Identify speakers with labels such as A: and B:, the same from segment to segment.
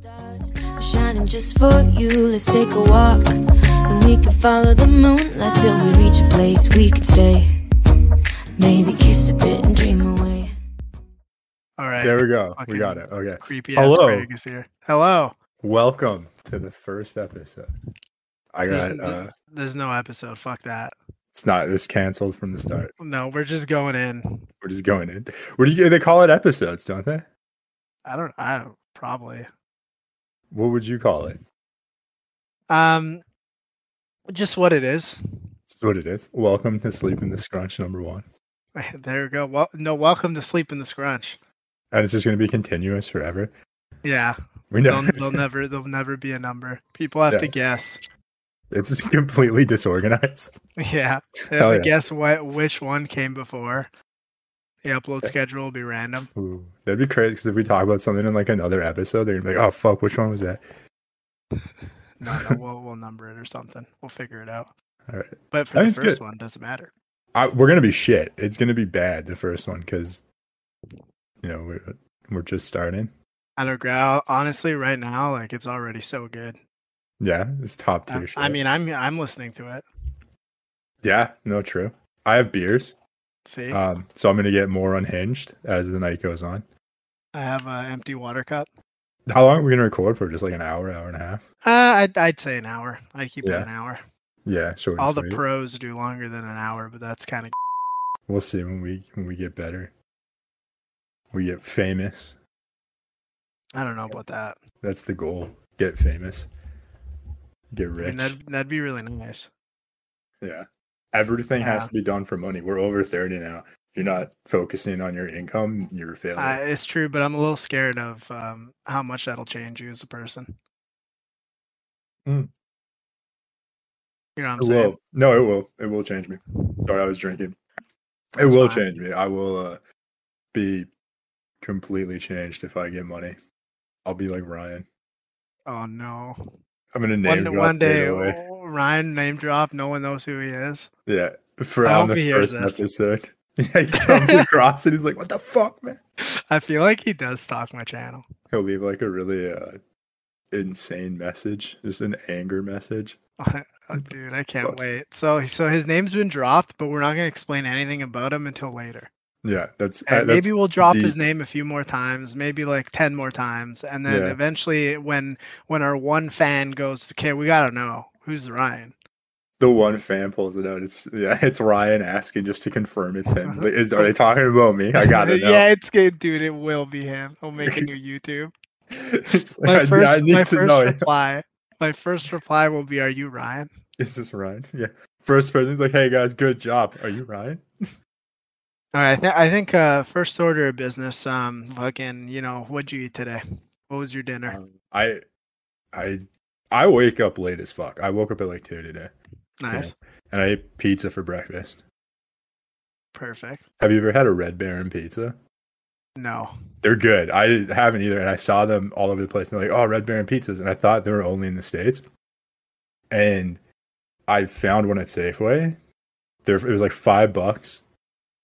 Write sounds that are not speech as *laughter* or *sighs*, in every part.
A: Stars shining just for you. Let's take a walk, and we can follow the moonlight till we reach a place we can stay. Maybe kiss a bit and dream away.
B: All right.
C: There we go.
B: Fucking
C: We got it. Okay.
B: Creepy ass
C: Hello.
B: Craig is here. Hello.
C: Welcome to the first episode. I
B: There's,
C: got uh
B: there's no episode. Fuck that.
C: it's not it's canceled from the start.
B: No, we're just going in.
C: We're just going in. What do you they call it episodes, don't they?
B: I don't. I don't. Probably.
C: What would you call it?
B: Um, just what it is. *laughs*
C: That's what it is. Welcome to Sleep in the Scrunch number one.
B: There we go. Well, no. Welcome to sleep in the scrunch.
C: And it's just gonna be continuous forever. *laughs*
B: Yeah.
C: We know
B: They'll, they'll never. They'll never be a number. People have to
C: Yeah.
B: guess.
C: *laughs*
B: *laughs*
C: it's just completely disorganized.
B: Yeah. They have
C: Hell
B: to
C: yeah.
B: guess what which one came before. The upload schedule will be random.
C: Ooh, that'd be crazy because if we talk about something in like another episode, they're gonna be like, Oh fuck, which one was that?
B: No, no, we'll we'll number it or something. We'll figure it out.
C: *laughs* All right.
B: But for
C: I
B: the
C: think
B: first
C: it's good.
B: one, doesn't matter.
C: I, we're gonna be shit. It's gonna be bad the first one because you know we're we're just starting.
B: I don't growl. Honestly, right now, like it's already so good.
C: Yeah, it's top tier.
B: I'm-
C: shit.
B: I mean, I'm I'm listening to it.
C: yeah, no, true. I have beers,
B: See,
C: um, so I'm gonna get more unhinged as the night goes on.
B: I have an empty water cup.
C: How long are we gonna record for? Just like an hour, hour and a half.
B: Uh, I'd I'd say an hour. I'd keep
C: Yeah,
B: it an hour.
C: Yeah, short. and
B: All the
C: sweet.
B: pros do longer than an hour, but that's kind of
C: we'll see when we when we get better. We get famous.
B: I don't know about that.
C: That's the goal. Get famous. Get
B: I mean,
C: rich.
B: that'd that'd be really nice.
C: Yeah. Everything has
B: Yeah.
C: to be done for money. We're over 30 now. If you're not focusing on your income, you're a failure.
B: Uh, it's true, but I'm a little scared of um, how much that'll change you as a person.
C: Mm.
B: You know what I'm
C: it
B: saying?
C: will. No, it will. It will change me. Sorry, I was drinking. It will
B: fine.
C: change me. I will uh, be completely changed if I get money. I'll be like Ryan.
B: Oh no!
C: I'm gonna
B: One,
C: name drop
B: one
C: right
B: day,
C: away.
B: oh, Ryan name drop. No one knows who he is.
C: Yeah, for
B: I
C: on
B: hope he
C: the
B: hears
C: first
B: this.
C: episode. *laughs*
B: *laughs*
C: Yeah, he comes across and he's like, "What the fuck, man?"
B: I feel like he does stalk my channel. *laughs*
C: He'll leave like a really uh, insane message, just an anger message.
B: Oh, Dude, I can't wait. So, so his name's been dropped, but we're not gonna explain anything about him until later.
C: Yeah, that's uh,
B: And
C: that's-
B: maybe we'll drop his
C: deep.
B: name a few more times, maybe like ten more times, and then
C: Yeah.
B: eventually, when when our one fan goes, okay, we gotta know who's Ryan.
C: the one fan pulls it out. It's yeah, *laughs* it's Ryan asking just to confirm it's him. Like, is are they talking about me?
B: *laughs*
C: I gotta know.
B: Uh-huh. yeah, it's good, dude. It will be him. He'll make a
C: *laughs*
B: new YouTube.
C: It's like,
B: *laughs* My
C: *laughs* I- yeah,
B: first,
C: I need
B: my
C: to
B: first
C: know.
B: reply. My first reply will be, "Are you Ryan?"
C: *laughs* Is this Ryan? Yeah. First person's like, hey guys, good job. Are you Ryan?
B: All right, I, th- I think uh, first order of business. Um, fucking, you know, what'd you eat today? What was your dinner?
C: Um, I I I wake up late as fuck. I woke up at like two today.
B: nice,
C: And I ate pizza for breakfast.
B: perfect.
C: Have you ever had a Red Baron pizza?
B: No,
C: They're good. I haven't either, and I saw them all over the place. And they're like, "Oh, Red Baron pizzas," and I thought they were only in the states. And I found one at Safeway. There, it was like five bucks.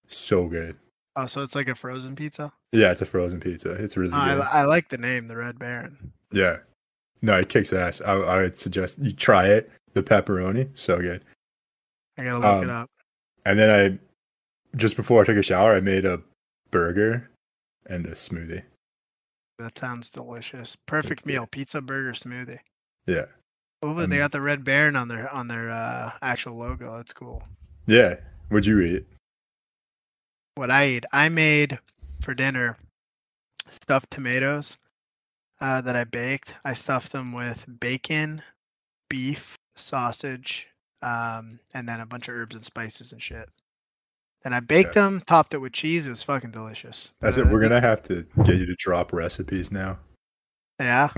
C: So good.
B: oh, so it's like a frozen pizza.
C: Yeah, it's a frozen pizza. It's really
B: Oh, I,
C: good.
B: li- I like the name, the Red Baron.
C: yeah. No, it kicks ass. I, I would suggest you try it. The pepperoni, so good.
B: I gotta look
C: Um,
B: it up.
C: And then I, just before I took a shower, I made a burger and a smoothie.
B: That sounds delicious. Perfect
C: you.
B: meal: pizza, burger, smoothie.
C: Yeah.
B: Oh, but
C: uh I'm-
B: they got the Red Baron on their on their uh, actual logo. That's cool.
C: Yeah. Would you eat?
B: what I ate. I made for dinner stuffed tomatoes uh, that I baked. I stuffed them with bacon, beef, sausage, um, and then a bunch of herbs and spices and shit. And I baked them, topped it with cheese. It was fucking delicious.
C: That's
B: Uh,
C: it. We're gonna have to get you to drop recipes now.
B: Yeah.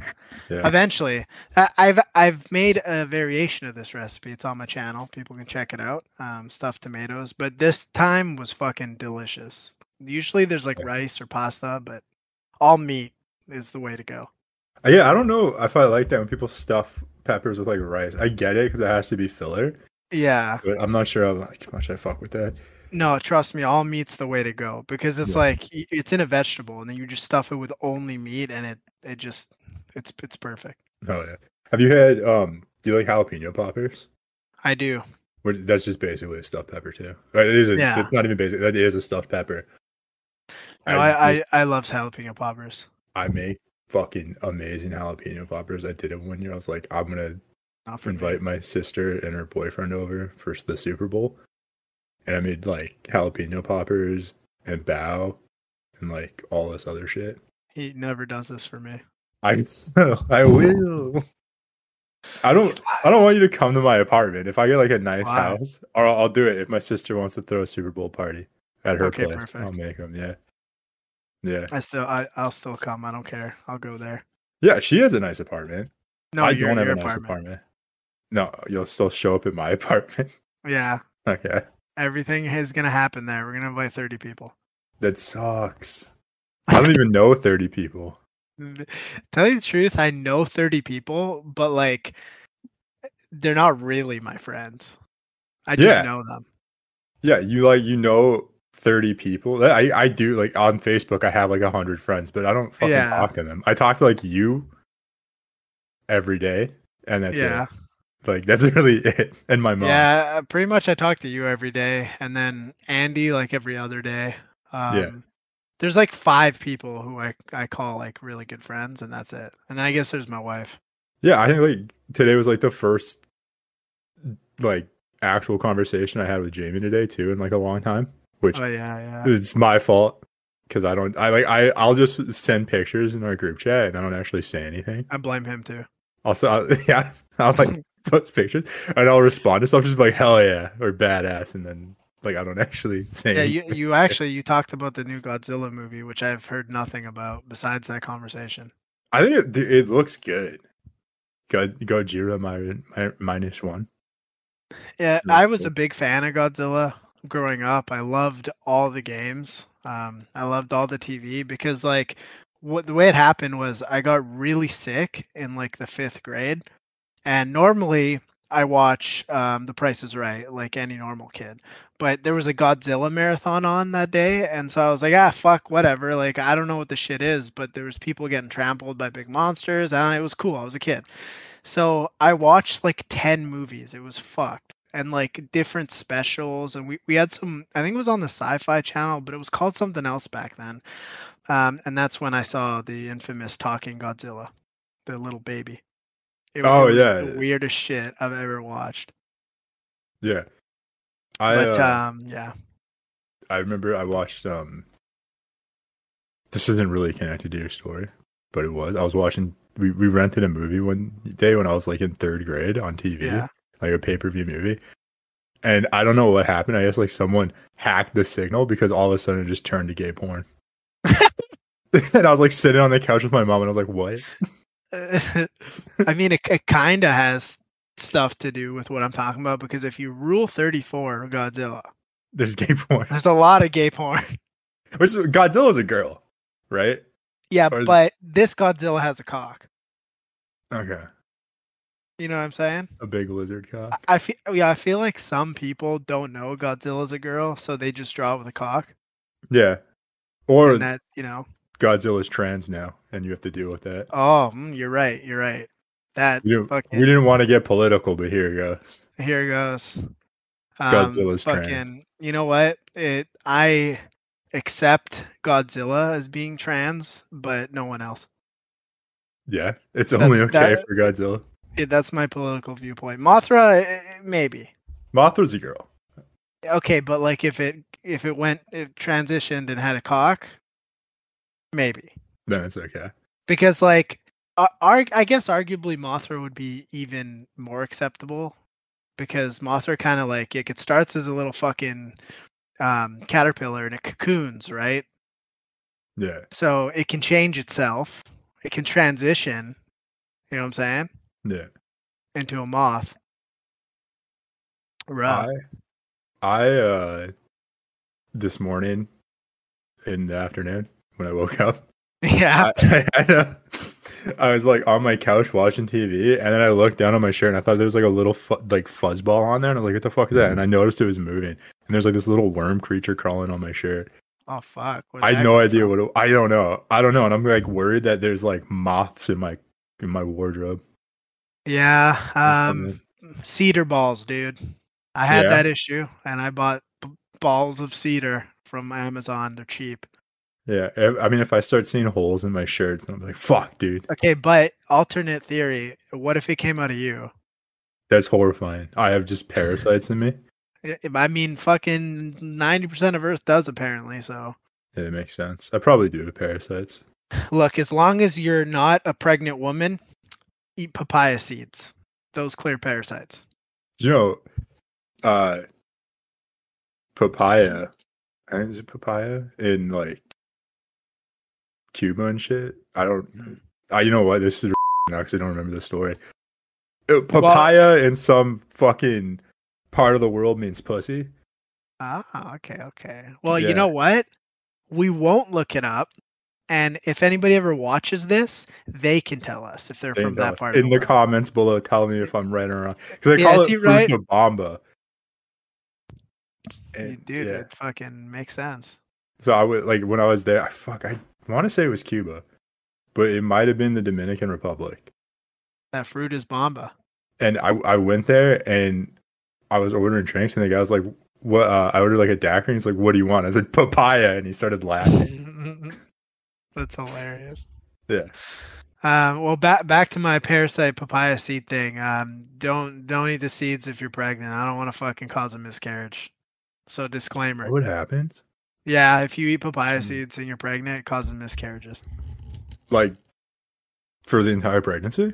C: Yeah.
B: Eventually, I, I've I've made a variation of this recipe. It's on my channel. People can check it out. Um, stuffed tomatoes, but this time was fucking delicious. Usually there's like
C: Yeah.
B: rice or pasta, but all meat is the way to go.
C: Uh, Yeah, I don't know if I like that when people stuff peppers with like rice. I get it because it has to be filler,
B: Yeah,
C: but I'm not sure how like, much I fuck with that.
B: No, trust me, all meat's the way to go because it's
C: Yeah.
B: like y- it's in a vegetable, and then you just stuff it with only meat, and it it just it's it's perfect.
C: Oh yeah. Have you had um do you like jalapeno poppers?
B: I do.
C: Which that's just basically a stuffed pepper too. Right, it is a,
B: Yeah.
C: it's not even basic. That is a stuffed pepper.
B: No, I I, I love jalapeno poppers.
C: I make fucking amazing jalapeno poppers. I did it one year. I was like, I'm gonna
B: Not for me.
C: invite my sister and her boyfriend over for the Super Bowl, and I made like jalapeno poppers and bao and like all this other shit.
B: He never does this for me.
C: I *laughs* I will. I don't. I don't want you to come to my apartment. If I get like a nice
B: Why?
C: house, or I'll, I'll do it if my sister wants to throw a Super Bowl party at her
B: Okay,
C: place. I'll
B: perfect.
C: make them. Yeah, yeah,
B: I still I I'll still come. I don't care. I'll go there.
C: yeah. She has a nice apartment.
B: No,
C: I
B: your,
C: don't have
B: your
C: a nice
B: apartment.
C: apartment. No, you'll still show up at my *laughs* apartment.
B: Yeah,
C: okay,
B: everything is gonna happen there. We're gonna invite thirty people.
C: that sucks. I don't even know thirty people.
B: Th- Tell you the truth, I know 30 people, but like they're not really my friends. I just
C: Yeah.
B: know them.
C: Yeah, you like you know thirty people. That- I I do like on Facebook. I have like hundred friends, but I don't fucking
B: Yeah.
C: talk to them. I talk to like you every day, and that's
B: yeah.
C: it. Like that's *laughs* really it. And my mom.
B: Yeah, uh, pretty much I talk to you every day and then Andy like every other day. Um
C: Yeah.
B: There's like five people who I, I call like really good friends, and that's it. And I guess there's my wife.
C: Yeah, I think like today was like the first like actual conversation I had with Jamie today too in like a long time, which
B: Oh yeah, yeah.
C: it's my fault because I don't. I like I I'll just send pictures in our group chat and I don't actually say anything.
B: I blame him too.
C: Also, I'll, *laughs* yeah, I'll like post pictures and I'll respond to stuff just be like hell yeah or badass, and then like I don't *laughs* actually say.
B: Yeah, you, you actually you talked about the new Godzilla movie, which I've heard nothing about besides that conversation.
C: I think it, dude, it looks good. Go Gojira mi- mi- minus one.
B: Yeah,
C: Yeah,
B: I was
C: cool.
B: a big fan of Godzilla growing up. I loved all the games. Um, I loved all the TV because like what the way it happened was I got really sick in like the fifth grade, and normally I watch um, The Price Is Right like any normal kid. But there was a Godzilla marathon on that day, and so I was like, ah, fuck, whatever. Like I don't know what this shit is, but there was people getting trampled by big monsters, and it was cool. I was a kid. So I watched like 10 movies. It was fucked. And like different specials. And we, we had some, I think it was on the sci fi channel, but it was called something else back then. Um, and that's when I saw the infamous Talking Godzilla, the little baby. It,
C: Oh,
B: was
C: yeah.
B: The weirdest shit I've ever watched.
C: Yeah, I
B: but
C: uh,
B: um, yeah.
C: I remember I watched um. This isn't really connected to your story, but it was. I was watching. We, we rented a movie one day when I was like in third grade on TV.
B: Yeah.
C: like a pay per view movie. And I don't know what happened. I guess like someone hacked the signal because all of a sudden it just turned to gay
B: *laughs*
C: porn. and I was like sitting on the couch with my mom, and I was like, "What?"
B: *laughs* I mean, it, it kind of has stuff to do with what I'm talking about because if you rule 34 Godzilla,
C: There's gay porn.
B: there's a lot of gay porn. *laughs*
C: Which Godzilla's a girl, right?
B: Yeah,
C: Or is-
B: but this Godzilla has a cock.
C: Okay,
B: You know what I'm saying?
C: a big lizard cock.
B: I feel yeah, I feel like some people don't know Godzilla's a girl, so they just draw with a cock.
C: Yeah, or
B: and that you know.
C: Godzilla's trans now, and you have to deal with that.
B: Oh, mm, you're right. You're right. That
C: We didn't,
B: fucking
C: we didn't want to get political, but here it goes.
B: here goes. Um,
C: Godzilla's
B: fucking,
C: trans.
B: You know what? It I accept Godzilla as being trans, but no one else.
C: Yeah, it's only
B: That's-
C: okay
B: that-
C: for Godzilla.
B: It, that's my political viewpoint. Mothra, eh, maybe.
C: Mothra's a girl.
B: Okay, but like if it if it went it transitioned and had a cock, maybe.
C: Then it's okay.
B: because like ar- ar- I guess arguably Mothra would be even more acceptable because Mothra kind of like like, it starts as a little fucking um, caterpillar and it cocoons, right?
C: Yeah,
B: So it can change itself, it can transition, you know what I'm saying,
C: yeah.
B: into a moth. Right.
C: I, I uh this morning in the afternoon when I woke up,
B: *laughs* yeah.
C: I, *laughs* I, had a- I was like on my couch watching TV, and then I
B: Mm.
C: looked down on my shirt and I thought there was like a little fu- like fuzz ball on there, and I was like, "What the fuck is that?" And I noticed it was moving, and and there's like this little worm creature crawling on my shirt.
B: Oh fuck! Where'd
C: I
B: that
C: had no
B: come
C: idea
B: from?
C: what it, I don't know. I don't know, and I'm like worried that there's like moths in my in my wardrobe.
B: Yeah,
C: That's
B: um, cedar balls, dude. I had
C: Yeah.
B: that issue, and I bought b- balls of cedar from Amazon. They're cheap.
C: Yeah, I I mean, if I start seeing holes in my shirts, I'm like, fuck, dude,
B: Okay, but alternate theory: what if it came out of you?
C: that's horrifying. I have just parasites in me.
B: I- I mean, fucking ninety percent of Earth does apparently. So,
C: Yeah, it makes sense. I probably do have parasites.
B: look, as long as you're not a pregnant woman, eat papaya seeds. Those clear parasites.
C: You know, uh, papaya. I think it's a papaya in like Cuba and shit. I don't. I you know what? This is now because I don't remember the story. Uh, Papaya in some fucking part of the world means pussy.
B: Ah, okay, okay. Well,
C: Yeah.
B: you know what? We won't look it up. And if anybody ever watches this, they can tell us if they're
C: They
B: from
C: tell
B: that
C: us.
B: part
C: in
B: of
C: the
B: the, world.
C: comments below, tell me if I'm right or wrong. Because I
B: Yeah,
C: call
B: is
C: it
B: he
C: fruta
B: right?
C: bomba.
B: You-
C: And,
B: Dude,
C: yeah.
B: it fucking makes sense.
C: So I would like when I was there. I fuck. I want to say it was Cuba, but it might have been the Dominican Republic.
B: That fruit is
C: *laughs*
B: bomba.
C: And I I went there and I was ordering drinks, and the guy was like, "What?" Uh, I ordered like a daiquiri. And he's like, "What do you want?" I said, "Papaya," and he
B: *laughs*
C: started laughing.
B: That's hilarious.
C: Yeah.
B: Um, well, back back to my parasite papaya seed thing. Um, don't don't eat the seeds if you're pregnant. I don't want to fucking cause a miscarriage. So disclaimer.
C: What happens?
B: Yeah, if you eat papaya
C: Hmm.
B: seeds and you're pregnant, it causes miscarriages.
C: Like for the entire pregnancy?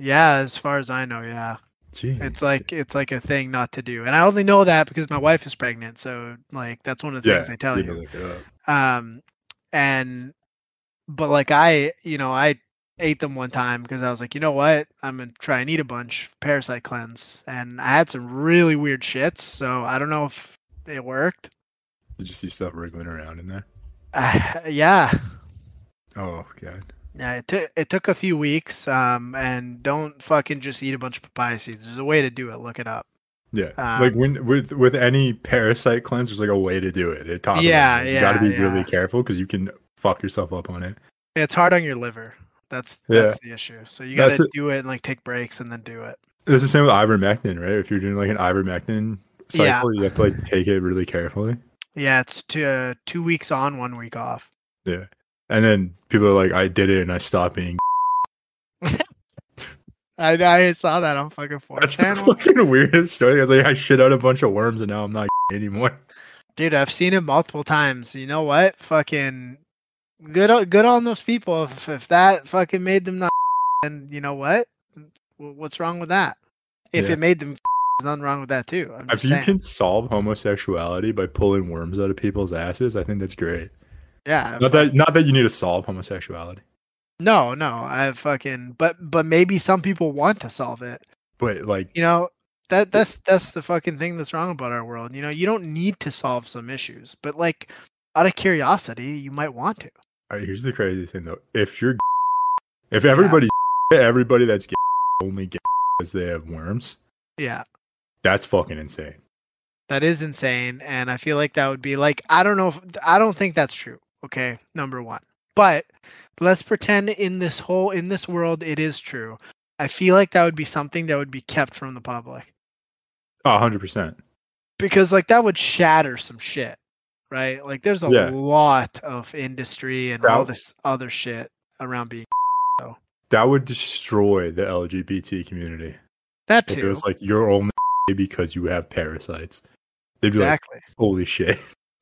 B: Yeah, as far as I know, yeah.
C: Jeez.
B: It's like it's like a thing not to do. And I only know that because my wife is pregnant, so like that's one of the
C: yeah,
B: things they tell
C: you
B: you.
C: can look it up.
B: Um and but like I, you know, I ate them one time because I was like, you know what? I'm gonna try and eat a bunch, parasite cleanse. And I had some really weird shits, so I don't know if it worked. *laughs*
C: Did you see stuff wriggling around in there?
B: yeah.
C: Oh god.
B: Yeah, it took it took a few weeks. Um, and don't fucking just eat a bunch of papaya seeds. There's a way to do it. Look it up.
C: Yeah,
B: Um,
C: like when with with any parasite cleanse, there's like a way to do it. They talk
B: Yeah,
C: about it. You got to
B: yeah,
C: be really
B: yeah.
C: careful because you can fuck yourself up on it.
B: It's hard on your liver. That's
C: Yeah.
B: that's the issue. So you
C: That's
B: gotta
C: it.
B: do it and like take breaks and then do it.
C: It's the same with ivermectin, right? If you're doing like an ivermectin cycle, you have to like take it really carefully.
B: Yeah, it's two uh, two weeks on, one week off.
C: And then people are like, "I did it and I stopped being." *laughs*
B: I I saw that on fucking 4
C: That's the fucking weirdest story. I was like, I shit out a bunch of worms and now I'm not *laughs* anymore.
B: Dude, I've seen it multiple times. You know what? Fucking good o- good on those people if if that fucking made them not and you know what? W- What's wrong with that? If
C: Yeah.
B: it made them there's nothing wrong with that too. I'm
C: If
B: just
C: you
B: saying.
C: can solve homosexuality by pulling worms out of people's asses, I think that's great.
B: yeah.
C: Not that not that you need to solve homosexuality,
B: No, no, I fucking but but maybe some people want to solve it.
C: but like
B: You know, that that's that's the fucking thing that's wrong about our world. You know, you don't need to solve some issues, but like out of curiosity, you might want to.
C: All right, here's the crazy thing though. If you're, if everybody's, everybody that's gay only gay because they have worms,
B: Yeah.
C: that's fucking insane.
B: That is insane and I feel like that would be like I don't know if I don't think that's true. Okay, number 1. But let's pretend in this whole in this world it is true. I feel like that would be something that would be kept from the public
C: A hundred percent.
B: because like that would shatter some shit right like there's a
C: Yeah.
B: lot of industry and all
C: Out.
B: this other shit around being
C: That would destroy the LGBT community
B: that
C: if it
B: too
C: was like you're only gay because you have parasites. They'd be like,
B: exactly
C: "Holy shit!"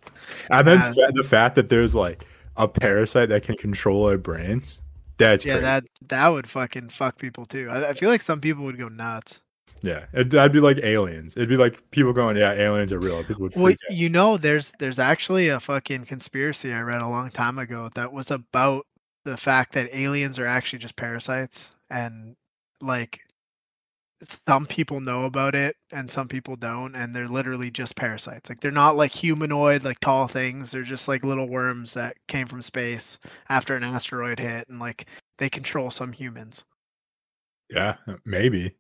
C: *laughs* And then
B: Yeah.
C: fa- the fact that there's like a parasite that can control our brains, that's
B: yeah
C: crazy.
B: that that would fucking fuck people too I, I feel like some people would go nuts
C: yeah, it, that'd be like aliens. It'd be like people going, "Yeah, aliens are real." People would freak
B: well
C: out.
B: you know there's there's actually a fucking conspiracy i read a long time ago that was about the fact that aliens are actually just parasites and like some people know about it and some people don't and they're literally just parasites like they're not like humanoid like tall things they're just like little worms that came from space after an asteroid hit and like they control some humans
C: Yeah, maybe.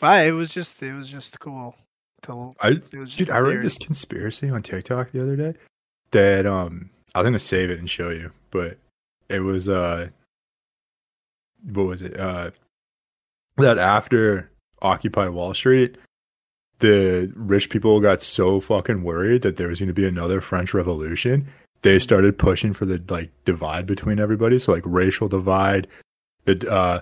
B: but it was just it was just cool To,
C: I-
B: it was just
C: Dude,
B: a
C: I read
B: theory.
C: this conspiracy on TikTok the other day that um I was gonna save it and show you, but it was uh what was it? Uh that after Occupy Wall Street, the rich people got so fucking worried that there was gonna be another French Revolution. They started pushing for the like divide between everybody, so like racial divide, the uh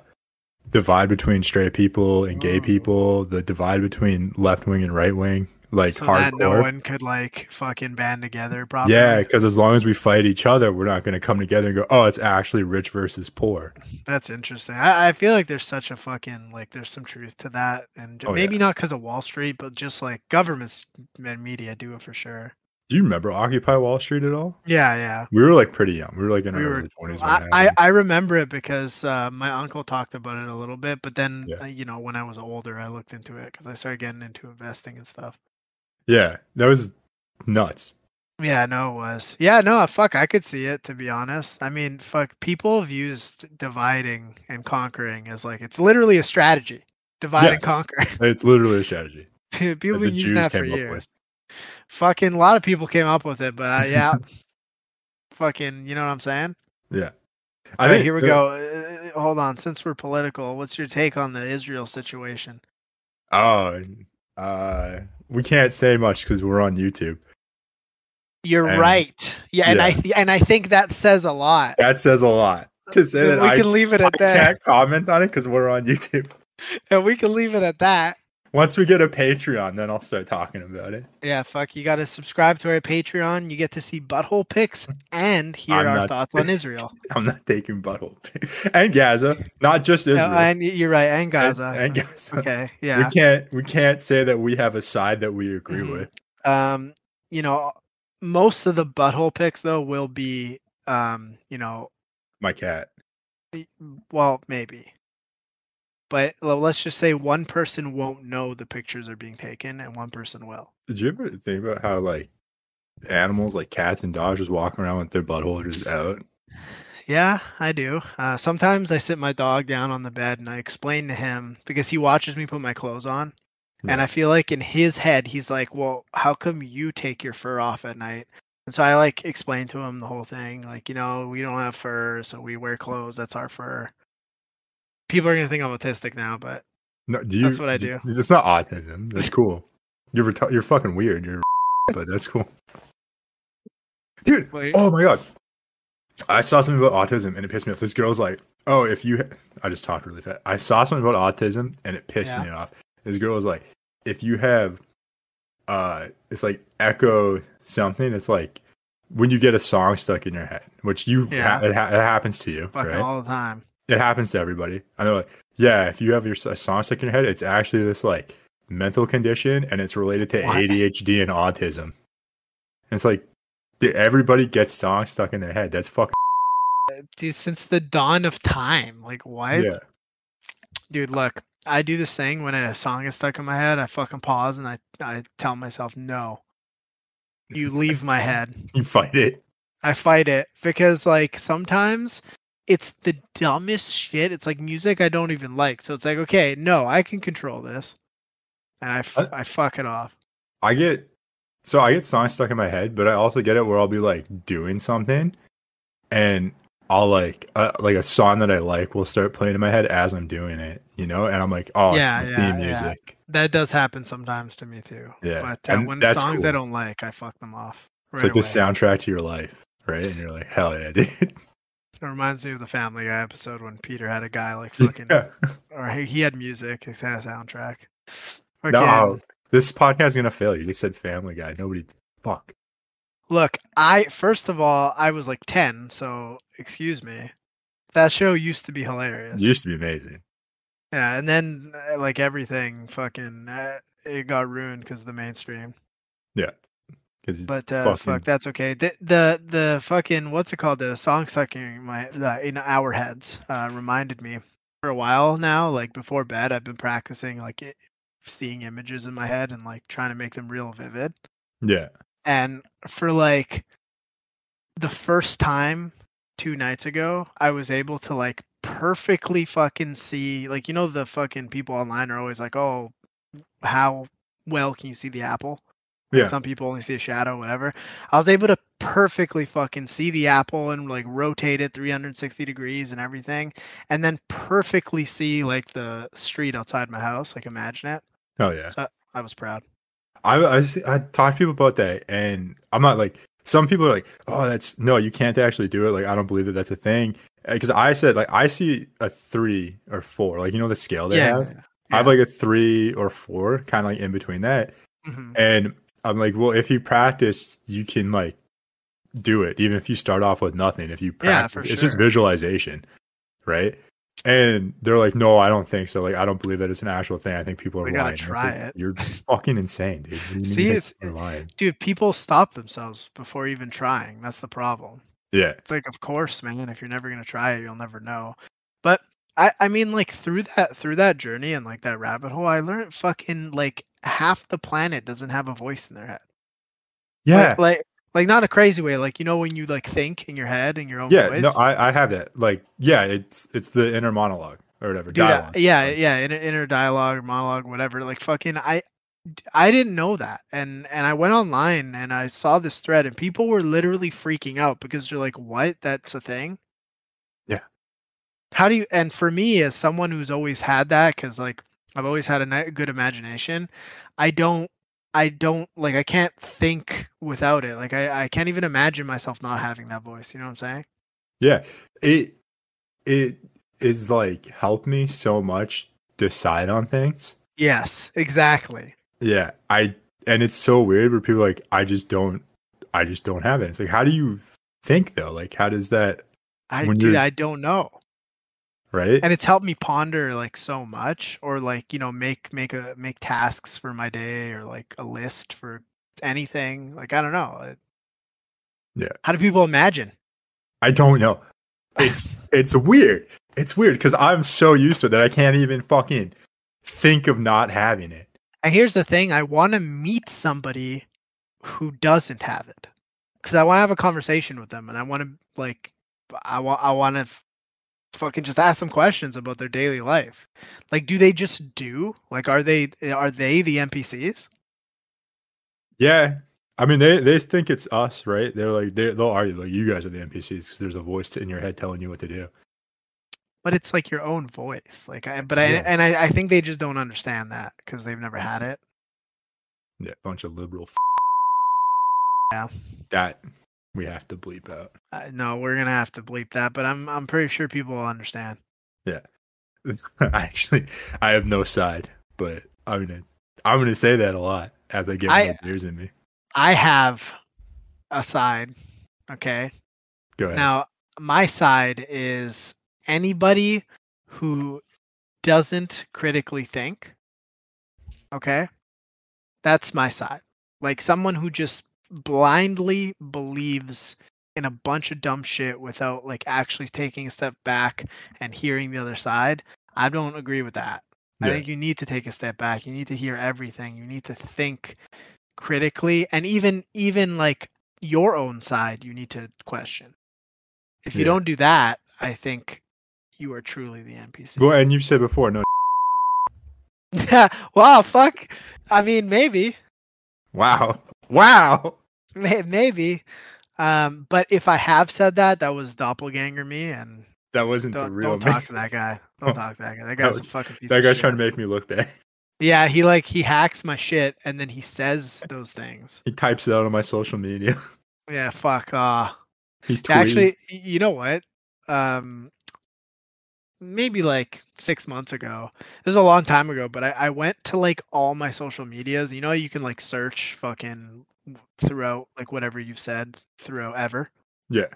C: divide between straight people and gay
B: Oh.
C: people, the divide between left wing and right wing, like
B: so
C: hardcore.
B: that no one could like fucking band together properly.
C: Yeah, because as long as we fight each other, we're not going to come together and go, oh, it's actually rich versus poor.
B: that's interesting. I, I feel like there's such a fucking like there's some truth to that, and j-
C: Oh, yeah.
B: maybe not because of Wall Street, but just like governments and media do it for sure.
C: Do you remember Occupy Wall Street at all?
B: Yeah, yeah.
C: We were like pretty young. We were like in
B: We
C: our
B: were-
C: early 20s. when
B: I,
C: it
B: I,
C: happened.
B: I remember it because uh, my uncle talked about it a little bit, but then
C: Yeah.
B: uh, you know when I was older, I looked into it because I started getting into investing and stuff.
C: yeah, that was nuts.
B: Yeah, no, it was. Yeah, no, fuck, I could see it to be honest. I mean, fuck, people have used dividing and conquering as like it's literally a strategy, divide
C: Yeah.
B: and conquer. *laughs*
C: It's literally a strategy.
B: people
C: the
B: have been using
C: Jews
B: that for
C: came up with.
B: years. Fucking a lot of people came up with it, but uh,
C: *laughs*
B: yeah, fucking, you know what I'm saying?
C: Yeah.
B: All right, here we
C: the-
B: go. Uh, hold on. Since we're political, what's your take on the Israel situation?
C: Oh, uh, we can't say much because we're on YouTube.
B: You're
C: And-
B: right. Yeah, and I
C: yeah.
B: th- and I think that says a lot.
C: That says a lot. To say
B: And
C: that
B: we
C: I,
B: can leave it
C: I
B: at that.
C: can't comment on it because we're on YouTube.
B: And *laughs* we can leave it at that.
C: Once we get a Patreon, then I'll start talking about it.
B: Yeah, fuck. You got to subscribe to our Patreon. You get to see butthole pics and hear
C: I'm
B: our
C: not-
B: thoughts
C: *laughs*
B: on Israel.
C: I'm not taking butthole and Gaza, not just Israel.
B: No, and y- you're right. And
C: and-
B: Gaza.
C: and Gaza. *laughs*
B: Okay. Yeah.
C: We can't we can't say that we have a side that we agree
B: Mhm.
C: with.
B: um, you know, most of the butthole pics though will be, um, you know,
C: My cat.
B: Y- Well, maybe. But l- let's just say one person won't know the pictures are being taken and one person will.
C: Did you ever think about how like animals like cats and dogs just walking around with their butthole just out?
B: Yeah, I do. Uh, sometimes I sit my dog down on the bed and I explain to him because he watches me put my clothes on. And
C: Yeah.
B: I feel like in his head, he's like, well, how come you take your fur off at night? And so I like explain to him the whole thing. Like, you know, we don't have fur, so we wear clothes. That's our fur. People are going to think I'm autistic now, but
C: No, do you,
B: That's what I do.
C: That's not autism. That's cool. You're reti- you're fucking weird. You're *laughs* but that's cool. Dude,
B: Wait.
C: oh my god. I saw something about autism and it pissed me off. This girl's like, "Oh, if you," ha-" I just talked really fast. I saw something about autism and it pissed
B: Yeah.
C: me off. This girl was like, "If you have, uh, it's like echo something. It's like when you get a song stuck in your head, which you
B: Yeah.
C: ha- it, ha- it happens to you,
B: fucking
C: right?
B: all the time.
C: it happens to everybody. And they're like, yeah, if you have your s- a song stuck in your head, it's actually this like mental condition and it's related to
B: What?
C: ADHD and autism. And it's like, dude, everybody gets songs stuck in their head. That's fucking
B: dude since the dawn of time like what
C: yeah. *laughs*
B: dude look i do this thing when a song is stuck in my head i fucking pause and i i tell myself no
C: *laughs*
B: you leave my head
C: You fight it.
B: i fight it because like sometimes it's the dumbest shit it's like music i don't even like so it's like okay no i can control this and i, f-
C: Uh,
B: I fuck it off
C: I get so I get songs stuck in my head, but I also get it where I'll be like doing something, and I'll like uh, like a song that I like will start playing in my head as I'm doing it, you know. And I'm like, oh,
B: Yeah,
C: it's my
B: yeah,
C: theme
B: yeah.
C: music.
B: that does happen sometimes to me too
C: Yeah,
B: but uh,
C: and
B: when
C: that's
B: songs i
C: cool.
B: don't like i fuck them off
C: It's
B: right
C: like the
B: away.
C: soundtrack to your life, right? And you're like, hell yeah, *laughs* dude.
B: It reminds me of the Family Guy episode when Peter had a guy like fucking,
C: *laughs* Yeah.
B: or he, he had music, he had a soundtrack. Fucking-
C: No, this podcast is gonna fail. You just said Family Guy. Nobody, fuck.
B: Look, I first of all, I was like ten, so excuse me. That show used to be hilarious.
C: It used to be amazing.
B: yeah, and then uh, like everything, fucking, uh, it got ruined because of the mainstream.
C: Because
B: But uh,
C: Fucking-
B: fuck, that's okay. The, the the fucking what's it called? The song sucking my uh, in our heads uh, reminded me for a while now. Like before bed, I've been practicing like i seeing images in my head and like trying to make them real vivid.
C: yeah,
B: And for like the first time two nights ago, I was able to like perfectly fucking see like you know the fucking people online are always like, oh, how well can you see the apple?
C: Yeah.
B: Some people only see a shadow, whatever. I was able to perfectly fucking see the apple and like rotate it 360 degrees and everything, and then perfectly see like the street outside my house. Like imagine it.
C: Oh yeah.
B: I was proud.
C: I I, s- I talk to people about that, and I'm not like some people are like, oh, that's no, you can't actually do it. Like I don't believe that that's a thing. Because I said like I see a three or four, like Oh, you know the scale they have. I have
B: yeah.
C: like a three or four, kind of like in between that.
B: Mhm.
C: And I'm like, well, if you practice, you can like do it, even if you start off with nothing. If you
B: Yeah,
C: practice,
B: for
C: it's just
B: sure.
C: visualization, right? And they're like, no, I don't think so. Like, I don't believe that it's an actual thing. I think people are
B: We
C: lying.
B: gotta
C: It's
B: try
C: like,
B: it.
C: You're fucking insane, dude. What do you mean
B: See,
C: that
B: it's-
C: people are lying?
B: Dude, people stop themselves before even trying. That's the problem.
C: Yeah,
B: It's like, of course, man. If you're never gonna try it, you'll never know. But I, I mean, like through that, through that journey and like that rabbit hole, I learned fucking like half the planet doesn't have a voice in their head.
C: yeah,
B: Like, like, like not a crazy way. Like you know when you like think in your head in your own
C: yeah.
B: voice.
C: No, I, I have that. Like, yeah, it's it's the inner monologue or whatever.
B: Dude, I-
C: dialogue.
B: yeah,
C: Like,
B: yeah, inner, inner dialogue or monologue, whatever. Like fucking, I, I didn't know that, and and I went online and I saw this thread, and people were literally freaking out because they're like, "What? That's a thing."
C: Yeah.
B: How do you? And for me, as someone who's always had that, because like I've always had a ni- good imagination, I don't. I don't like I can't think without it. Like I, I can't even imagine myself not having that voice. You know what I'm saying?
C: Yeah. It it is like helped me so much decide on things.
B: Yes, exactly.
C: Yeah. I and it's so weird where people are like, I just don't I just don't have it. It's like how do you think though? Like how does that
B: I
C: When
B: dude,
C: you're-
B: I don't know.
C: right?
B: and it's helped me ponder like so much or like you know make make a make tasks for my day or like a list for anything like i don't know It-
C: Yeah.
B: how do people imagine
C: I don't know. It's it's weird. It's weird because I'm so used to it that I can't even fucking think of not having it.
B: *laughs* and here's the thing i want to meet somebody who doesn't have it because i want to have a conversation with them and i want to like i want i want to fucking just ask them questions about their daily life like do they just do like are they are they the npcs
C: Yeah. I mean, they, they think it's us, right? They're like, they, they'll argue, like, you guys are the NPCs because there's a voice in your head telling you what to do.
B: but it's like your own voice like i but i
C: Yeah.
B: and I, I think they just don't understand that because they've never had it
C: Yeah, bunch of liberal f-
B: yeah
C: that we have to bleep out.
B: uh, no we're gonna have to bleep that but i'm i'm pretty sure people will understand
C: *laughs* I actually, I have no side, but I'm gonna, I'm gonna say that a lot as I get
B: I-
C: more beers in me.
B: i have a side okay
C: Go ahead.
B: now my side is anybody who doesn't critically think okay that's my side like someone who just blindly believes in a bunch of dumb shit without like actually taking a step back and hearing the other side i don't agree with that i
C: Yeah.
B: think you need to take a step back you need to hear everything you need to think critically and even even like your own side you need to question if you
C: Yeah.
B: don't do that i think you are truly the npc
C: well, and you said before, no.
B: *laughs*
C: *laughs*
B: yeah wow fuck i mean maybe
C: Wow, wow.
B: May- Maybe. Um, but if I have said that, that was doppelganger me, and
C: That wasn't *laughs* the
B: don't,
C: real.
B: don't
C: me.
B: talk to that guy. Don't talk to that guy. That guy's a
C: was-
B: fucking piece
C: *laughs* That
B: of
C: guy's
B: shit.
C: trying to make me look bad. *laughs*
B: Yeah, he like he hacks my shit, and then he says those things.
C: He types it out on my social media. *laughs*
B: Yeah, fuck. Uh,
C: He's
B: yeah, actually,
C: actually.
B: y- you know what? Um, maybe like six months ago. This is a long time ago, but I, I went to like all my social medias. You know, you can like search fucking throughout like whatever you've said throughout ever.
C: Yeah.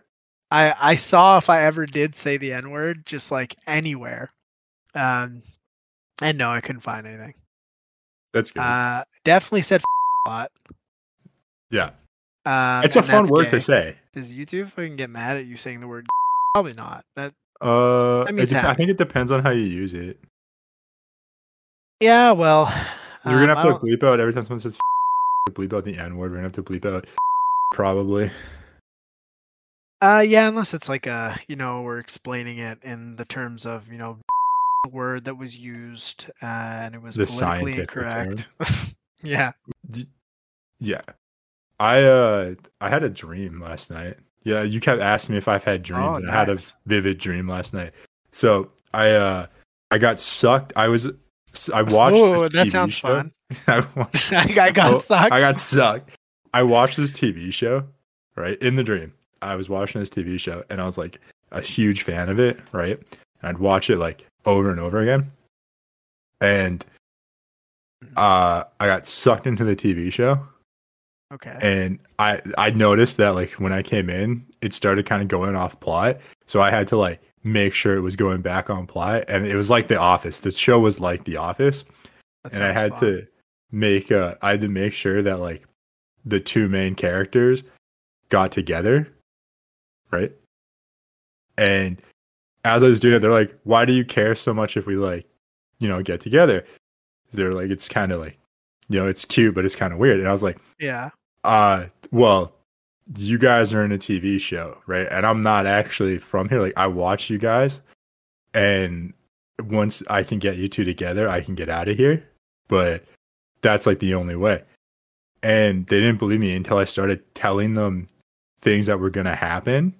B: I I saw if I ever did say the N word, just like anywhere. Um, and no, I couldn't find anything.
C: That's good.
B: Uh, definitely said a lot.
C: yeah,
B: Um,
C: it's a
B: and
C: fun
B: that's
C: word
B: gay.
C: to say.
B: Does YouTube fucking get mad at you saying the word? Probably not. That
C: Uh,
B: That
C: it
B: means
C: dep- I
B: happy.
C: think it depends on how you use it.
B: yeah. Well,
C: You're gonna
B: um, I
C: have to
B: don't-
C: bleep out every time someone says *laughs* f- bleep out the N word. We're gonna have to bleep out *laughs* probably.
B: Uh, yeah, unless it's like a you know we're explaining it in the terms of you know the word that was used uh, and it was
C: The
B: politically
C: scientific term.
B: incorrect. *laughs* Yeah.
C: Yeah. I uh I had a dream last night. Yeah, you kept asking me if I've had dreams.
B: Oh,
C: and I had a
B: nice.
C: vivid dream last night. So I uh I got sucked. I was
B: *laughs*
C: I watched.
B: Oh,
C: this
B: that
C: TV
B: sounds
C: show.
B: fun.
C: *laughs*
B: *laughs*
C: I watched
B: I got
C: Oh,
B: sucked.
C: I got sucked. I watched this TV show, right? In the dream. I was watching this TV show and I was like a huge fan of it, right? And I'd watch it like over and over again. And uh I got sucked into the TV show
B: okay.
C: and I I noticed that like when I came in, it started kind of going off plot. So I had to like make sure it was going back on plot and it was like The Office. The show was like The Office
B: That
C: and I
B: sounds
C: had
B: fun.
C: to make uh I had to make sure that like the two main characters got together, right? And as I was doing it, they're like, "Why do you care so much if we like, you know, get together?" They're like, "It's kind of like, you know, it's cute, but it's kind of weird." And I was like,
B: Yeah.
C: "Uh, well, you guys are in a TV show, right? And I'm not actually from here. Like, I watch you guys, and once I can get you two together, I can get out of here. But that's like the only way. And they didn't believe me until I started telling them things that were gonna happen.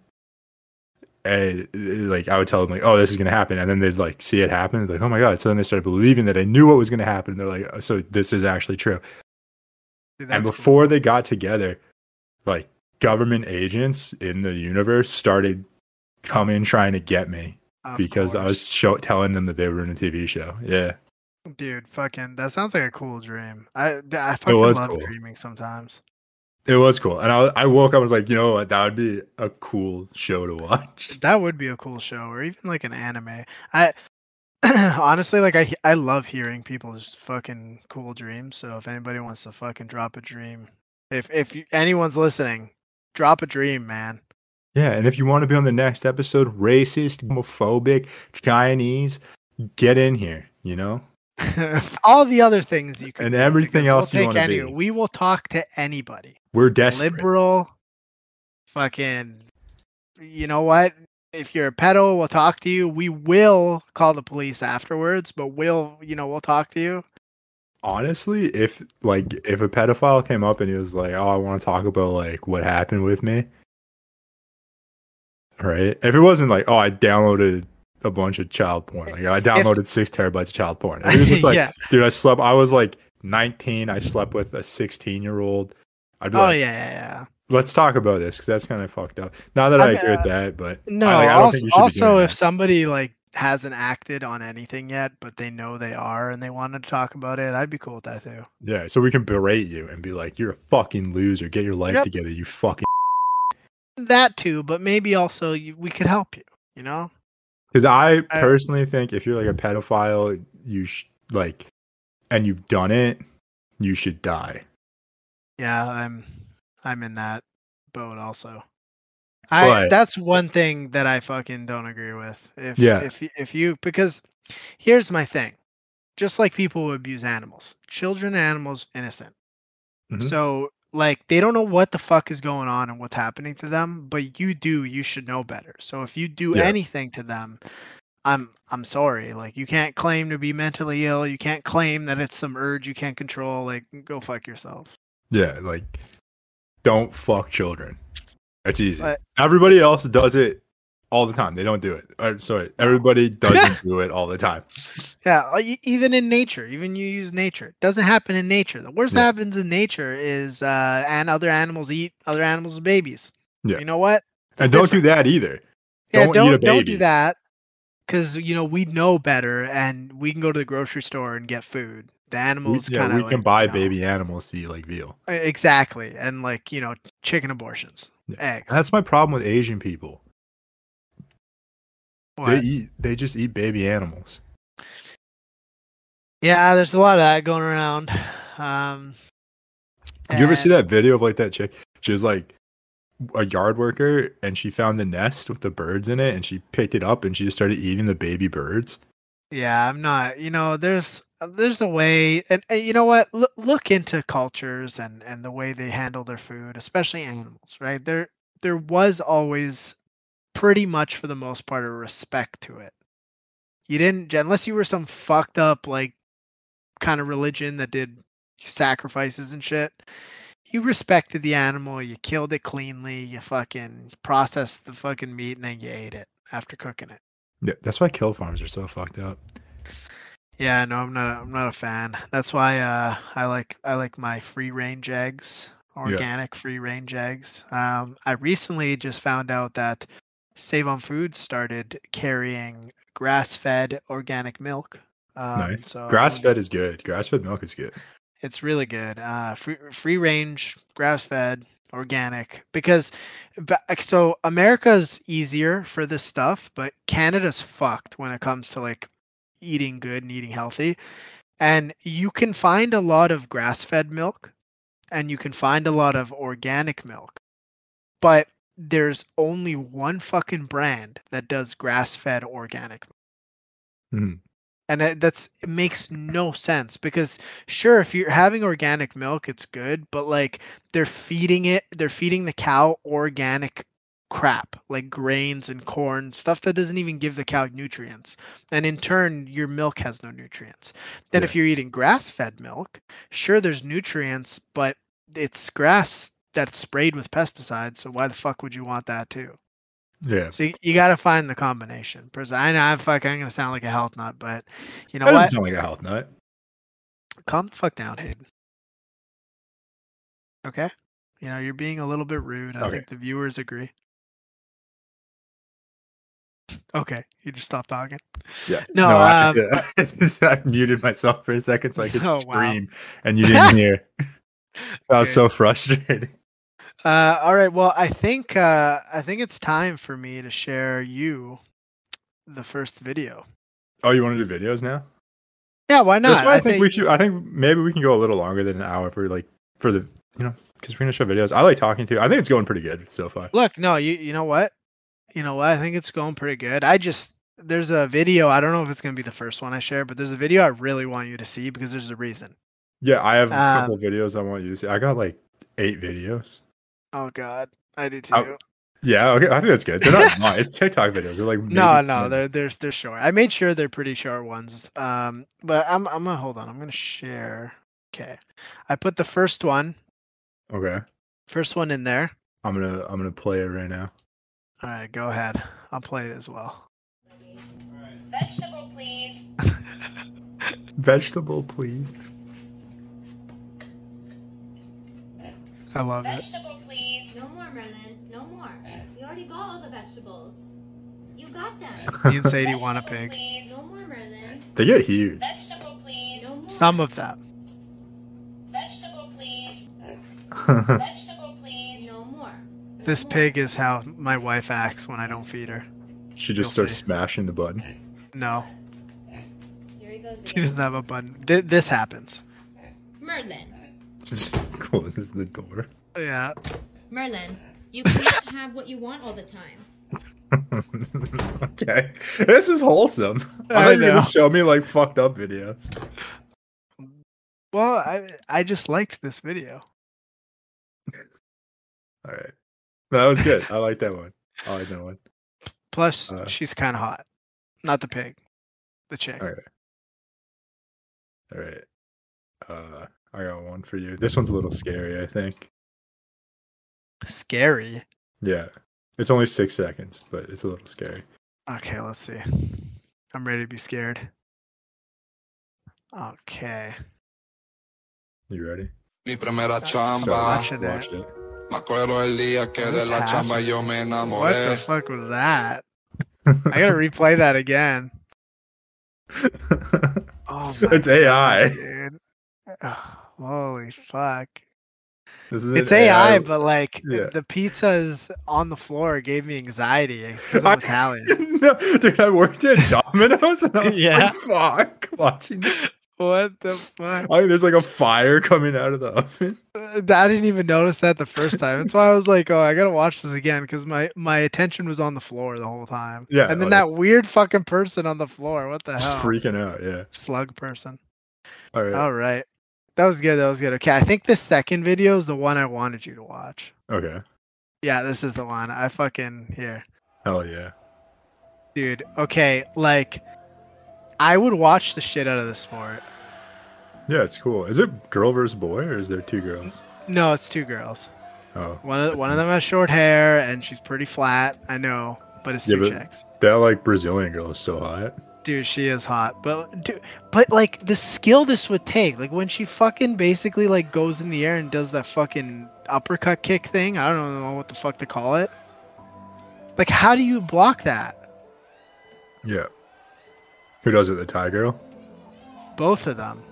C: And uh, like I would tell them like, oh, this is gonna happen, and then they'd like see it happen. They're like, oh my god! So then they started believing that I knew what was gonna happen. And they're like, oh, so this is actually true
B: Dude,
C: and
B: that's
C: before they got together, like government agents in the universe started coming trying to get me
B: cool. Of
C: because I was
B: course.
C: show- telling them that they were in a TV show. Yeah,
B: Dude, fucking. That sounds like a cool dream. I, th- I fucking
C: was
B: love
C: cool.
B: dreaming sometimes.
C: it was cool. And I, I woke up and was like, you know what? That would be a cool show to watch. *laughs*
B: That would be a cool show, or even like an anime. I *clears throat* honestly like. I he- I love hearing people's fucking cool dreams. So if anybody wants to fucking drop a dream, if if you, anyone's listening, drop a dream, man. *laughs*
C: Yeah, and if you want to be on the next episode, racist, homophobic, Chinese, get in here. You know,
B: All the other things you can
C: And
B: think of,
C: everything
B: we'll
C: else you
B: take
C: wanna
B: any-
C: be.
B: We will talk to anybody.
C: we're desperate.
B: liberal, fucking. You know what? If you're a pedo, we'll talk to you. We will call the police afterwards, but we'll, you know, we'll talk to you.
C: honestly if like if a pedophile came up and he was like oh i want to talk about like what happened with me right if it wasn't like oh i downloaded a bunch of child porn like i downloaded six terabytes of child porn it
B: *laughs*
C: was just like
B: Yeah.
C: dude i slept i was like 19 i slept with a 16 year old i'd be
B: Oh
C: like
B: yeah, yeah, yeah.
C: let's talk about this because that's kind of fucked up not that i,
B: I'm,
C: agree with
B: uh,
C: that but
B: No,
C: I, like, I don't
B: also,
C: think you should be
B: also
C: doing
B: if
C: that.
B: somebody like hasn't acted on anything yet, but they know they are and they wanted to talk about it, I'd be cool with that too.
C: yeah so we can berate you and be like you're a fucking loser get your life
B: Yep.
C: together you fucking
B: That too, but maybe also you, we could help you. You know?
C: Because I
B: I-
C: personally think if you're like a pedophile, you sh- like, and you've done it, you should die.
B: Yeah, I'm I'm in that boat also. I
C: But-
B: that's one thing that I fucking don't agree with. If
C: Yeah.
B: if y- if you because here's my thing. Just like people who abuse animals, children and animals innocent.
C: Mhm.
B: So like they don't know what the fuck is going on and what's happening to them, but you do, you should know better. So if you do
C: Yeah.
B: anything to them, I'm I'm sorry. Like you can't claim to be mentally ill, you can't claim that it's some urge you can't control, like go fuck yourself.
C: Yeah, like, don't fuck children. It's easy.
B: But-
C: Everybody else does it all the time. They don't do it. Uh, sorry,
B: *laughs*
C: everybody doesn't do it all the time.
B: Yeah, e- even in nature, even you use nature. It doesn't happen in nature. The worst
C: Yeah.
B: that happens in nature is uh and other animals eat other animals' babies.
C: Yeah.
B: You know what?
C: And don't do that either.
B: Yeah,
C: Don't eat
B: don't
C: a
B: don't,
C: baby.
B: do that cuz you know we know better and we can go to the grocery store and get food. The
C: We,
B: *laughs* animals
C: yeah,
B: kind of
C: we can buy baby animals to eat like veal.
B: e, Exactly. And like, you know, chicken abortions,
C: Yeah.
B: eggs.
C: That's my problem with Asian people.
B: what-
C: They eat. They just eat baby animals.
B: Yeah, there's a lot of that going around. Um
C: Did you ever see
B: and-
C: that video of like that chick? She was like a yard worker and she found the nest with the birds in it and she picked it up and she just started eating the baby birds.
B: Yeah, I'm not. You know, there's there's a way, and, and you know what? Look, look into cultures and and the way they handle their food, especially animals, right? There there was always pretty much for the most part a respect to it. You didn't unless you were some fucked up like kind of religion that did sacrifices and shit. You respected the animal, you killed it cleanly, you fucking processed the fucking meat and then you ate it after cooking it.
C: Yeah, that's why kill farms are so fucked up.
B: Yeah, no, I'm not. A, I'm not a fan. That's why uh, I like I like my free range eggs, organic free range eggs. Um, I recently just found out that Save on Foods started carrying grass fed organic milk. Um,
C: nice.
B: So
C: Grass fed is good. Grass fed milk is good.
B: it's really good. Uh, free free range, grass fed, organic. Because ba- so America's easier for this stuff, but Canada's fucked when it comes to like eating good and eating healthy. And you can find a lot of grass fed milk, and you can find a lot of organic milk, but there's only one fucking brand that does grass fed organic
C: Mhm.
B: and that- that's it makes no sense because sure if you're having organic milk it's good but like they're feeding it they're feeding the cow organic crap like grains and corn stuff that doesn't even give the cow nutrients and in turn your milk has no nutrients then if you're eating grass fed milk sure there's nutrients but it's grass that's sprayed with pesticides so why the fuck would you want that too
C: Yeah.
B: so you, you got to find the combination. Pers- I know I'm fuck. I'm gonna sound like a health nut, but you know
C: that doesn't
B: what?
C: sound like a health nut.
B: Calm the fuck down, Hayden. Okay. You know you're being a little bit rude. I
C: Okay.
B: think the viewers agree. Okay, you just stop talking.
C: Yeah.
B: No,
C: I,
B: um,
C: *laughs* I, muted myself for a second so I could
B: *laughs* Oh, wow.
C: scream, and you didn't
B: *laughs*
C: hear. I was
B: Okay.
C: so frustrated.
B: Uh, all right. Well, I think uh, I think it's time for me to share you the first video.
C: Oh, you want to do videos now?
B: Yeah, why not?
C: That's why I, think, we should. I think maybe we can go a little longer than an hour for like for the you know because we're gonna show videos. I like talking to. you. I think it's going pretty good so far.
B: Look, no, you you know what? You know what? I think it's going pretty good. I just there's a video. I don't know if it's gonna be the first one I share, but there's a video I really want you to see because there's a reason.
C: Yeah, I have a
B: Um,
C: couple videos I want you to see. I got like eight videos.
B: Oh God, I do too.
C: I- Yeah, okay, I think that's good. They're
B: *laughs*
C: not long. It's TikTok videos. They're like
B: no,
C: maybe
B: no,
C: 10.
B: they're they're they're short. I made sure they're pretty short ones. Um, but I'm I'm gonna hold on. I'm gonna share. Okay, I put the first one
C: okay.
B: first one in there.
C: I'm gonna I'm gonna play it right now.
B: All right, go ahead. I'll play it as well.
D: Vegetable, please.
C: Vegetable, please.
B: I love it.
D: Vegetable, please.
E: No more, Merlin. No more. You already got all the vegetables. You got them.
B: Me and Sadie want a
D: Vegetable,
B: pig.
D: Please.
E: No more, Merlin.
C: They get huge.
D: Vegetable, please.
E: No more.
B: Some of them.
D: Vegetable, please. Vegetable, please.
E: No more.
B: This pig is how my wife acts when I don't feed her.
C: she just
B: You'll
C: starts
B: see.
C: smashing the button. *laughs*
B: No,
E: Here he goes
B: She
E: again.
B: doesn't have a button. Th- this happens.
E: Merlin.
C: She just closes the door. *laughs*
B: Yeah.
E: Merlin. You can't have what you want all the time.
C: okay, this is wholesome.
B: I
C: I thought you were
B: know.
C: gonna show me like fucked up videos.
B: Well, I I just liked this video.
C: All right, no, that was good. I like that one. I like that one.
B: Plus,
C: Uh.
B: she's kind of hot. Not the pig, the chick.
C: Alright. All right, uh, I got one for you. This one's a little scary. I think.
B: Scary.
C: Yeah, it's only six seconds, but it's a little scary.
B: Okay, let's see. I'm ready to be scared. Okay.
C: You ready?
F: Mi primera
C: Sorry,
F: chamba,
B: Watch it.
C: watch it.
F: me acuerdo el día que de la chamba yo me
B: What the
F: enamoré.
B: fuck was that? I gotta replay that again.
C: *laughs*
B: Oh my
C: it's AI.
B: dude. holy fuck.
C: This is
B: It's
C: an
B: AI, but like
C: Yeah.
B: the pizzas on the floor gave me anxiety. It's
C: *laughs*
B: 'cause
C: I-
B: I'm Italian.
C: *laughs* no, dude, I worked at
B: *laughs*
C: Domino's and I was
B: Yeah.
C: like, fuck, watching. This.
B: What the fuck?
C: *laughs* I mean, there's like a fire coming out of the oven.
B: Uh, I didn't even notice that the first time. That's why I was like, "Oh, I gotta watch this again," because my my attention was on the floor the whole time.
C: Yeah,
B: And then that
C: like-
B: weird fucking person on the floor. What the
C: Just
B: hell?
C: freaking out. Yeah.
B: Slug person.
C: All right.
B: All right, that was good. That was good. Okay, I think the second video is the one I wanted you to watch.
C: okay.
B: Yeah, this is the one. I fucking here,
C: Hell yeah.
B: dude. Okay, like, I would watch the shit out of this sport.
C: Yeah, it's cool. Is it girl versus boy, or is there two girls?
B: No, it's two girls.
C: Oh,
B: One of one of them has short hair and she's pretty flat. I know, but it's
C: Yeah,
B: two
C: but-
B: chicks.
C: that like Brazilian girl is so hot.
B: Dude, she is hot, but dude, but like the skill this would take, like when she fucking basically like goes in the air and does that fucking uppercut kick thing. I don't know what the fuck to call it. Like, how do you block that?
C: Yeah. Who does it? The Thai girl?
B: Both of them.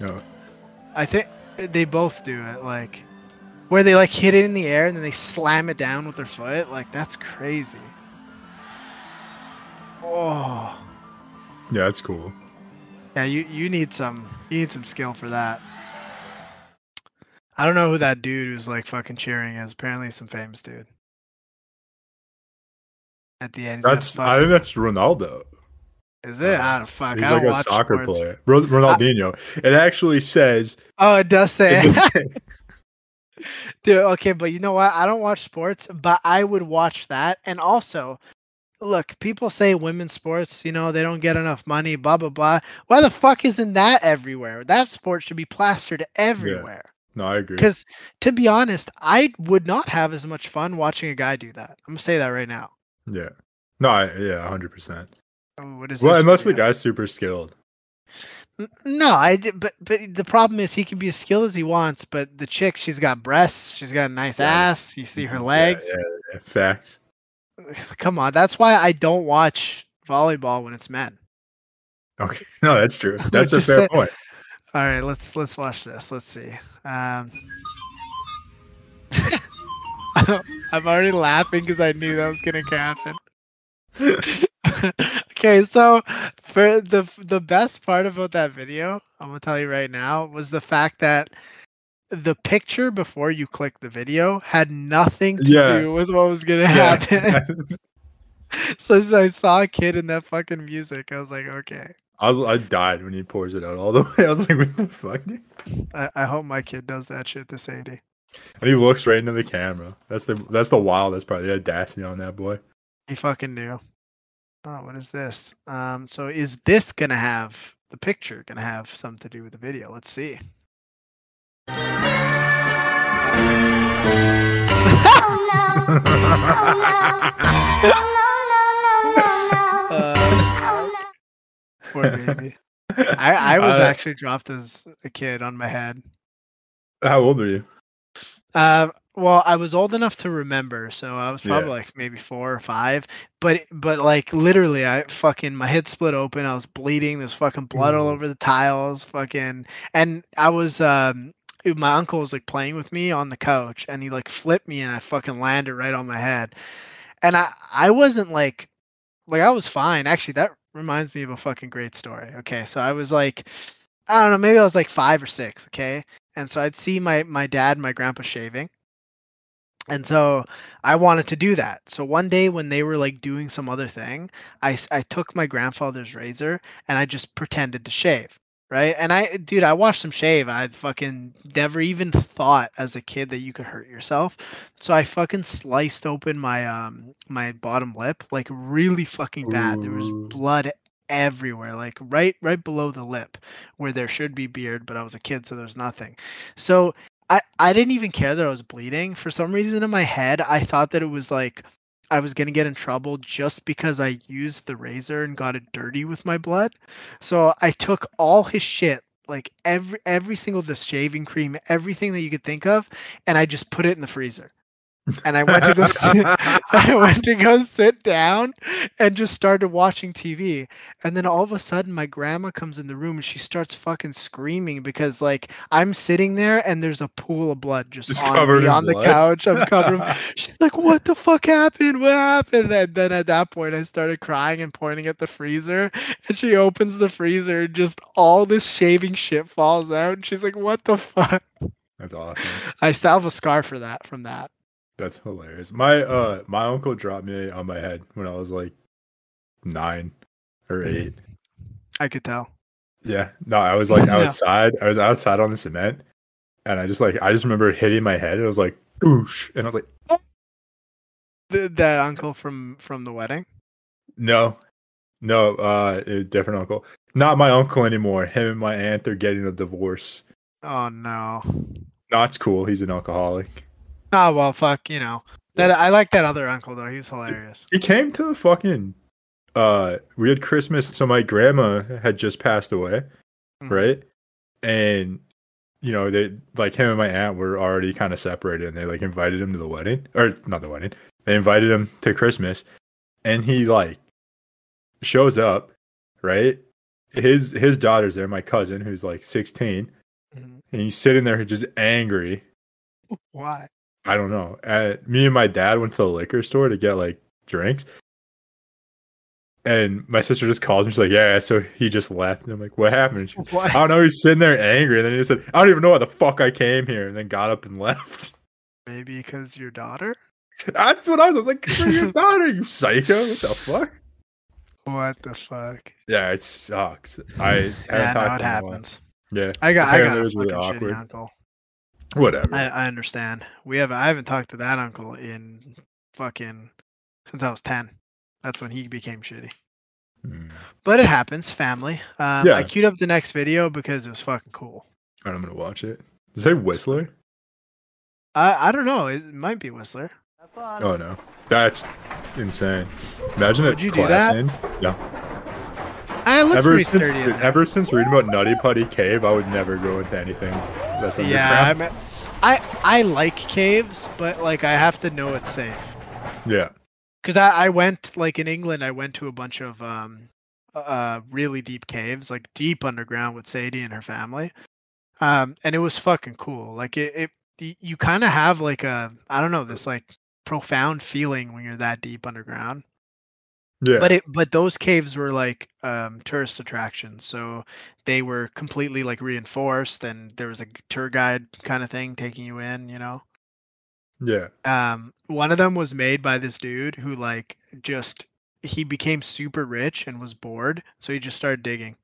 C: No.
B: I think they both do it. Like, where they like hit it in the air and then they slam it down with their foot. Like, that's crazy. Oh,
C: Yeah, it's cool.
B: yeah. You you need some you need some skill for that. I don't know who that dude who's like fucking cheering is. Apparently, some famous dude. At the end, he's got a
C: That's I
B: fucking-
C: think that's Ronaldo.
B: is it? I don't fuck.
C: He's
B: I don't
C: like a
B: watch
C: soccer
B: sports.
C: player. Ro- Ronaldinho. it actually says
B: Oh, it does
C: *laughs*
B: say. *laughs*
C: it
B: Dude, okay, but you know what? I don't watch sports, but I would watch that. And also, look, people say women's sports, you know, they don't get enough money, blah blah blah. Why the fuck isn't that everywhere? That sport should be plastered everywhere.
C: No, I agree.
B: Because to be honest, I would not have as much fun watching a guy do that. I'm gonna say that right now.
C: Yeah. No, I, yeah, hundred percent.
B: Oh, What is
C: Well,
B: this
C: unless the
B: video?
C: guy's super skilled.
B: N- No, I did, but but the problem is he can be as skilled as he wants, but the chick, she's got breasts, she's got a nice
C: Yeah,
B: ass. You see her
C: Yeah,
B: legs.
C: Yeah, yeah. Facts.
B: *sighs* Come on, that's why I don't watch volleyball when it's men.
C: Okay. *laughs* No,
B: *laughs*
C: that's true. That's a
B: Just
C: fair
B: said-
C: point.
B: All right, let's let's watch this. Let's see. Um, *laughs* I'm already laughing because I knew that was gonna happen. *laughs* okay, so for the the best part about that video, I'm gonna tell you right now, was the fact that the picture before you click the video had nothing to
C: Yeah.
B: do with what was gonna happen.
C: Yeah.
B: *laughs* so as I saw a kid in that fucking music, I was like, okay.
C: *laughs* I, was- I died when he pours it out all the *laughs* way. I was like, what the fuck? dude?"
B: I, I hope my kid does that shit this 80.
C: And he looks right into the camera. That's the that's the wildest part. The audacity on that boy.
B: He fucking knew. Oh, what is this? Um, so is this gonna have the picture gonna have something to do with the video? Let's see. Uh, poor baby. I, I was
C: Uh,
B: actually dropped as a kid on my head.
C: How old are you?
B: Um, well, I was old enough to remember, so I was
C: Yeah.
B: probably like maybe four or five. But but like literally, I fucking my head split open. I was bleeding. There's fucking blood all
C: Ooh.
B: over the tiles. Fucking and I was um. it- My uncle was like playing with me on the couch, and he like flipped me, and I fucking landed right on my head. And I I wasn't like like I was fine. Actually, that reminds me of a fucking great story. Okay, so I was like, I don't know, maybe I was like five or six. Okay, and so I'd see my my dad and my grandpa shaving, and so I wanted to do that. So one day when they were like doing some other thing, I s- I took my grandfather's razor and I just pretended to shave. Right. And I, dude, I watched him shave. I had fucking never even thought as a kid that you could hurt yourself. So I fucking sliced open my, um, my bottom lip, like really fucking bad. There was
C: Ooh.
B: blood everywhere, like right, right below the lip where there should be beard, but I was a kid, so there's nothing. So I, I didn't even care that I was bleeding. For some reason in my head, I thought that it was like I was gonna get in trouble just because I used the razor and got it dirty with my blood. So I took all his shit, like every every single the shaving cream, everything that you could think of, and I just put it in the freezer. And I went to go sit, *laughs* I went to go sit down and just started watching TV. And then all of a sudden, my grandma comes in the room and she starts fucking screaming because like I'm sitting there and there's a pool of blood just,
C: Just
B: on
C: covered
B: me
C: in
B: on the
C: blood.
B: couch. I'm
C: *laughs*
B: covered. She's like, "What the fuck happened? What happened?" And then at that point, I started crying and pointing at the freezer. And she opens the freezer, and just all this shaving shit falls out. And she's like, "What the fuck?"
C: That's awesome.
B: I still have a scar for that from that.
C: That's hilarious. My uh my uncle dropped me on my head when I was like nine or eight.
B: I could tell.
C: Yeah. No, I was like
B: Yeah.
C: outside. I was outside on the cement and I just like I just remember hitting my head. It was like boosh. And I was like,
B: Th- that uncle from from the wedding.
C: no. No, uh a different uncle. Not my uncle anymore. Him and my aunt are getting a divorce.
B: Oh no.
C: Not cool. He's an alcoholic.
B: Oh well, fuck. You know that I like that other uncle though. He was hilarious.
C: He came to the fucking. Uh, we had Christmas, so my grandma had just passed away,
B: Mhm.
C: right? And you know they like him and my aunt were already kind of separated, and they like invited him to the wedding or not the wedding. They invited him to Christmas, and he like shows up, right? His his daughter's there, my cousin who's like sixteen,
B: Mhm.
C: and he's sitting there just angry,
B: Why?
C: I don't know. Uh, me and my dad went to the liquor store to get like drinks, and my sister just called and she's like, "Yeah." So he just left, and I'm like, "What happened?" And she,
B: Why?
C: I don't know. He's sitting there angry, and then he just said, "I don't even know why the fuck I came here," and then got up and *laughs* left.
B: *laughs* Maybe because your daughter?
C: That's what I was, I was like. "Good
B: *laughs*
C: For your daughter, you psycho! What the fuck?
B: What the fuck?
C: Yeah, it sucks. I haven't
B: Yeah, no,
C: talked
B: it
C: to him in a while.
B: happens.
C: Yeah,
B: I got, I got
C: Apparently it
B: a
C: was really
B: fucking
C: awkward.
B: shitty uncle.
C: whatever.
B: I, I understand. We have, I haven't talked to that uncle in fucking since I was ten. That's when he became shitty.
C: Mm.
B: But it happens, family. Um,
C: Yeah.
B: I queued up the next video because it was fucking cool.
C: All right, I'm gonna watch it. Does it say Whistler?
B: I, I don't know. It might be Whistler.
C: Oh no, that's insane. Imagine
B: Would
C: it
B: you do
C: collapsing.
B: that?
C: Yeah.
B: Ah, it looks
C: ever
B: pretty
C: since
B: sturdy. in there.
C: ever since reading about Nutty Putty Cave, I would never go into anything that's underground.
B: yeah, I'm, a- I I like caves, but like I have to know it's safe.
C: yeah.
B: because I, I went like in England, I went to a bunch of um, uh, really deep caves, like deep underground with Sadie and her family, um, and it was fucking cool. Like it, it y- you kind of have like a I don't know this like profound feeling when you're that deep underground.
C: Yeah.
B: But it but those caves were like um, tourist attractions, so they were completely like reinforced, and there was a g- tour guide kind of thing taking you in, you know
C: yeah.
B: um one of them was made by this dude who like just he became super rich and was bored so he just started digging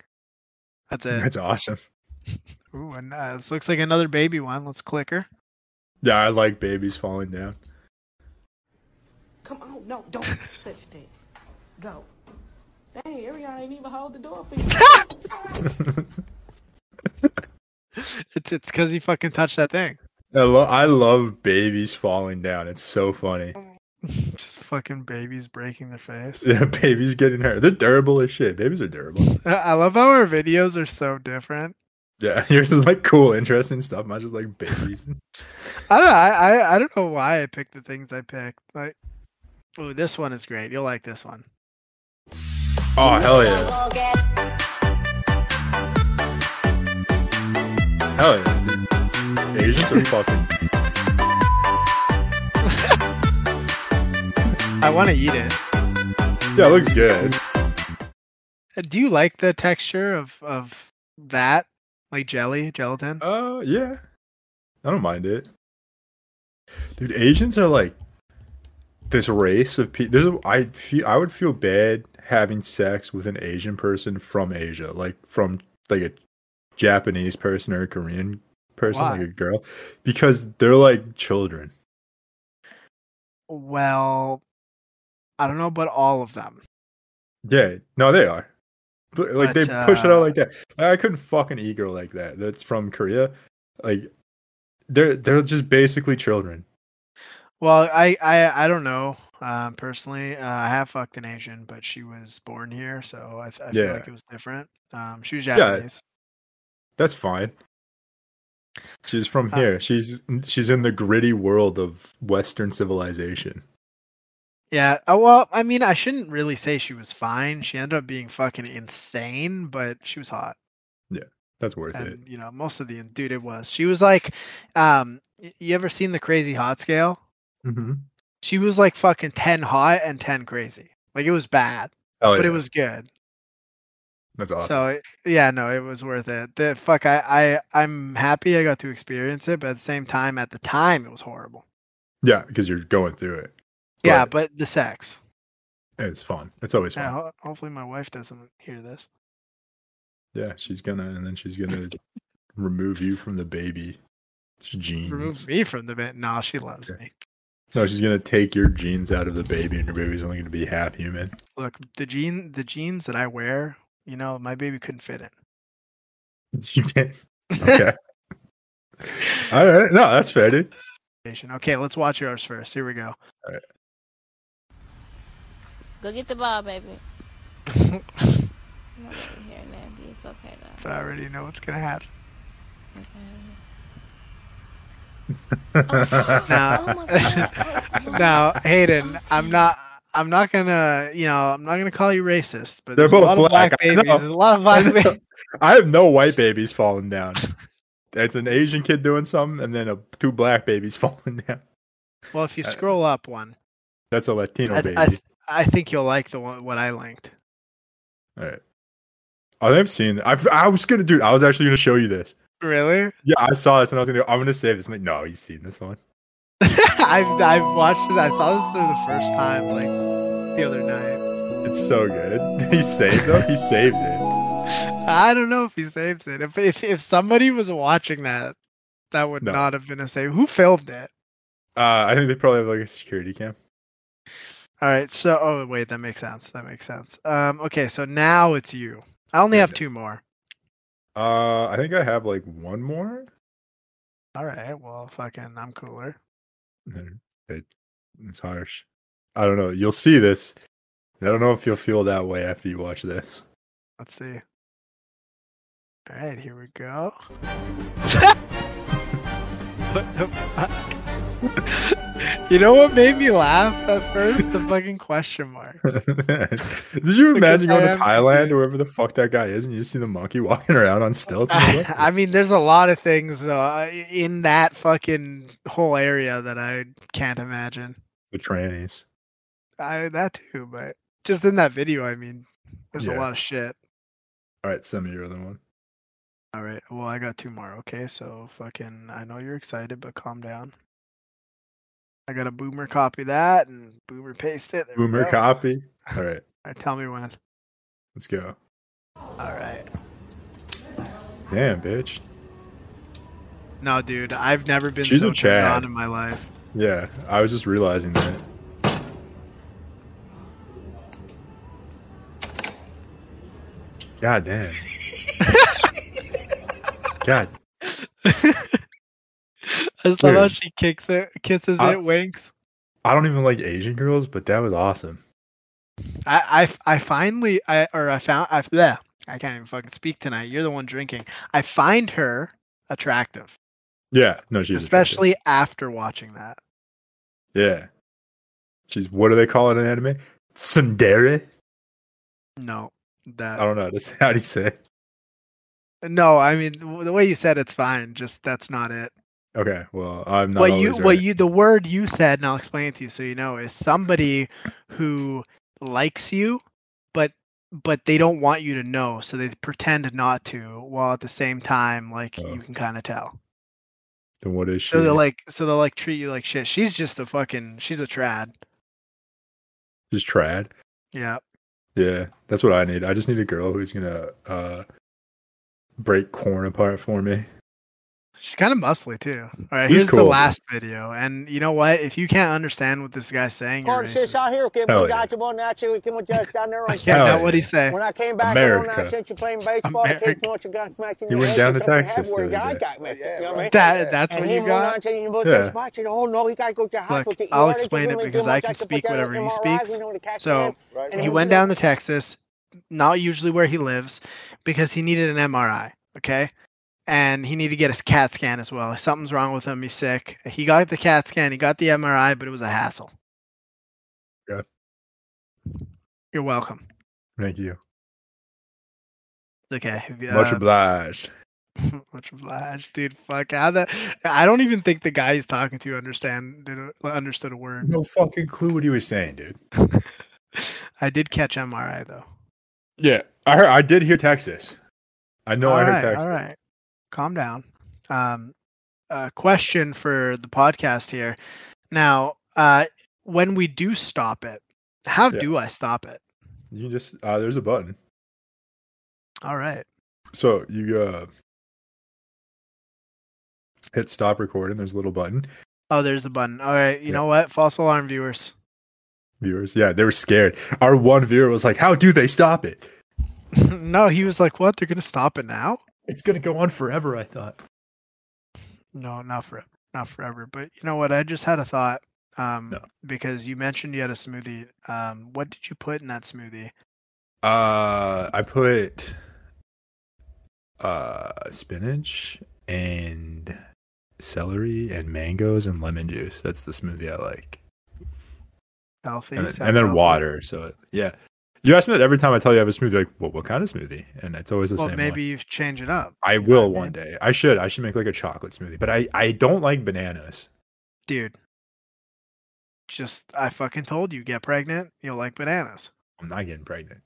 B: that's it
C: That's awesome.
B: Ooh, and uh, this looks like another baby one let's click her *laughs*
C: Yeah, I like babies falling down. *laughs*
G: Come on, no, don't touch that. Go. Dang, Ariana ain't even hold the door for you.
B: it's it's because he fucking touched that thing *laughs*
C: I, lo- I love babies falling down. It's so funny. *laughs*
B: just fucking babies breaking their face
C: Yeah, babies getting hurt. They're durable as shit. Babies are durable.
B: Uh, i love how our videos are so different
C: Yeah, *laughs* yours is like cool, interesting stuff. Mine's just like babies.
B: i don't know I, I i don't know why i picked the things i picked like oh this one is great you'll like this one
C: Oh hell yeah! Hell yeah! dude. Asians *laughs* are fucking.
B: i want to eat it
C: Yeah, it looks good.
B: Uh, Do you like the texture of of that, like jelly, gelatin?
C: Uh, yeah. I don't mind it. Dude, Asians are like this race of people. This is I feel I would feel bad having sex with an Asian person from Asia, like from like a Japanese person or a Korean person,
B: Why?
C: like a girl, because they're like children.
B: Well, I don't know, but all of them.
C: Yeah, no, they are. But, like they
B: But,
C: push it
B: uh,
C: out like that. Like, I couldn't fuck an e-girl like that. That's from Korea. Like they're they're just basically children.
B: Well, I I, I don't know um, personally. Uh, I have fucked an Asian, but she was born here, so I, th- I
C: Yeah.
B: feel like it was different. Um, she was Japanese.
C: That's fine. She's from
B: Uh,
C: here. She's she's in the gritty world of Western civilization.
B: Yeah. Oh, well, I mean, I shouldn't really say she was fine. She ended up being fucking insane, but she was hot.
C: That's worth it.
B: And you know, most of the dude it was. She was like, um, y- you ever seen the Crazy Hot scale?
C: Mm-hmm.
B: she was like fucking 10 hot and 10 crazy like it was bad
C: Oh,
B: but
C: yeah.
B: it was good
C: that's awesome.
B: so it, yeah no it was worth it the fuck I, I i'm happy i got to experience it but at the same time at the time it was horrible
C: yeah, because you're going through it.
B: yeah
C: But
B: but the sex
C: it's fun. It's always
B: yeah,
C: fun.
B: ho- hopefully my wife doesn't hear this
C: Yeah, she's gonna and then she's
B: *laughs*
C: gonna remove you from the baby genes.
B: remove me from the bit no she loves
C: Mm-hmm. Okay.
B: me
C: No, she's gonna take your genes out of the baby, and your baby's only gonna be half human. *laughs*
B: look the gene the jeans that i wear You know, my baby couldn't fit it.
C: You can't.
B: *laughs*
C: Okay. All right. No, that's fair, dude.
B: Okay, let's watch yours first. Here we go.
H: Go get the ball,
B: *laughs*
H: baby.
B: but
H: Nobody hearing that. but It's okay, though.
B: I already know what's gonna happen.
H: Oh,
B: Now, *laughs* now, Hayden, I'm not. I'm not gonna, you know, I'm not gonna call you racist, but
C: They're
B: there's
C: both
B: a lot
C: black,
B: of black
C: I
B: babies.
C: know.
B: There's a lot
C: *laughs*
B: of black
C: I know.
B: babies.
C: I have no white babies falling down. That's an Asian kid doing something, and then a, two black babies *laughs* falling down.
B: Well, if you
C: I-
B: scroll up one,
C: That's a Latino
B: I,
C: baby.
B: I, I think you'll like the one what I linked.
C: All right. I think I've seen that. I've, I was gonna, dude. I was actually gonna show you this.
B: Really?
C: Yeah, I saw this, and I was gonna. I'm gonna save this. I'm like, no, you've seen this one.
B: *laughs* I've I've watched this. I saw this for the first time like the other night.
C: It's so good. *laughs* He saved though. He saves it. Uh,
B: I don't know if he saves it. If if if somebody was watching that, that would
C: No.
B: not have been a save. Who filmed it?
C: Uh, I think they probably have like a security cam.
B: All right. So oh wait, that makes sense. That makes sense. Um. Okay. So now it's you. I only
C: Yeah,
B: have
C: yeah.
B: two more.
C: Uh, I think I have like one more.
B: All right. Well, fucking, I'm cooler.
C: It, it's harsh. I don't know. You'll see this. I don't know if you'll feel that way after you watch this. *laughs*
B: Let's see. All right. Here we go. *laughs* what the fuck? you know what made me laugh at first? The fucking question marks.
C: Did you
B: Because
C: imagine
B: I
C: going to
B: am-
C: Thailand or wherever the fuck that guy is, and you just see the monkey *laughs* walking around
B: *laughs*
C: on stilts? and you're
B: *laughs* I,
C: like,
B: I mean, there's a lot of things uh, in that fucking whole area that I can't imagine.
C: the trannies.
B: I that too, but just in that video, I mean, there's a
C: Yeah.
B: lot of shit.
C: All right, send me your other one.
B: All right, well, I got two more. Okay, so fucking, I know you're excited, but calm down. I got a boomer copy that and boomer paste it. There we
C: Boomer
B: go. *laughs*
C: copy. All right,
B: All right, tell me when.
C: let's go.
B: All right.
C: Damn, bitch.
B: No, dude, I've never been
C: She's a
B: so turned
C: Chad.
B: on in my life. *laughs*
C: Yeah, I was just realizing that. God *laughs* damn. God.
B: I just love how
C: Dude.
B: she kicks it, kisses
C: I-
B: it, winks.
C: I don't even like Asian girls, but that was awesome.
B: I, I f- I finally, I or I found, I bleh, I can't even fucking speak tonight. You're the one drinking. I find her attractive,
C: Yeah. No, she's attractive.
B: especially after watching that.
C: Yeah. She's what do they call it in anime? Tsundere?
B: No,
C: I
B: that
C: don't know. That's *laughs* how do you say it?
B: no. I mean, w- the way you said it's fine. Just that's not it.
C: Okay. Well, I'm not.
B: What you,
C: always
B: what
C: right.
B: you, the word you said, and I'll explain it to you so you know, is somebody who likes you, but but they don't want you to know, so they pretend not to, while at the same time, like
C: Oh.
B: you can kind of tell.
C: Then what is she?
B: So they're like, so they'll like treat you like shit. She's just a fucking, she's a trad.
C: She's trad.
B: Yeah.
C: Yeah. That's what I need. I just need a girl who's gonna uh break corn apart for me.
B: She's kind of muscly too. All right,
C: She's
B: here's the
C: cool.
B: last video, and you know what? If you can't understand what this guy's saying, you're racist.
I: out here, okay?
C: Hell
I: Hell
C: yeah.
I: yeah. down there
B: I *laughs*
I: on
B: can't
C: Hell
B: know
C: yeah.
B: what he's saying.
I: When I came back America.
C: America.
I: around that shit, you playing baseball, the
B: America.
I: kid punched a gun smack in
C: You
I: the
C: went
I: head,
C: down to
I: told me
C: Texas
I: halfway,
C: the
I: I
C: other
I: got me. You know what I mean?
B: That that's
I: And
B: what
I: he
B: you
I: went
B: got.
I: on to the university
C: Yeah.
I: spot, said, oh, no, he got to go to hospital,
B: Look,
I: get
B: I'll
I: MRI, they
B: explain
I: give
B: it
I: him a
B: because
I: demo,
B: I
I: check
B: can
I: the
B: speak
I: fucking
B: whatever he
I: MRI, we
B: speaks.
I: know the CAT
B: So,
I: scan,
B: And
I: and
B: he went down to Texas, not usually where he lives, because he needed an MRI. Okay. And he needed to get a CAT scan as well. Something's wrong with him. He's sick. He got the CAT scan. He got the MRI, but it was a hassle.
C: Yeah.
B: You're welcome.
C: Thank you.
B: Okay. if you- *laughs*
C: Much
B: uh,
C: obliged.
B: Much obliged, dude. Fuck, how the? I don't even think the guy he's talking to understand did, understood a word.
C: No fucking clue what he was saying, dude.
B: I did catch MRI though.
C: Yeah. I heard I did hear Texas. I know I heard Texas.
B: all right, calm down. Um, uh, question for the podcast here. Now, uh, when we do stop it, how
C: Yeah.
B: do I stop it?
C: You just uh there's a button.
B: All right.
C: So you uh hit stop recording, there's a little button.
B: Oh, there's the button. All right. You
C: Yeah.
B: know what? False alarm viewers. *laughs*
C: Viewers. Yeah, they were scared. Our one viewer was like, How do they stop it?
B: no, he was like, "What? They're gonna stop it now?"
J: It's gonna go on forever. I thought.
B: No, not for not forever. But you know what? I just had a thought um,
J: No.
B: because you mentioned you had a smoothie. Um, what did you put in that smoothie?
C: Uh, I put uh spinach and celery and mangoes and lemon juice. That's the smoothie I like.
B: Healthy,
C: And, then-
B: sounds
C: and then
B: healthy.
C: water. So it- yeah, you ask me that every time I tell you I have a smoothie. Like, well, what kind of smoothie? And it's always the
B: Well,
C: same. one.
B: maybe you change it up,
C: I
B: you know what
C: will
B: mean?
C: one day. I should. I should make like a chocolate smoothie. But I I don't like bananas.
B: dude. Just I fucking told you, get pregnant, you'll like bananas.
C: I'm not getting pregnant.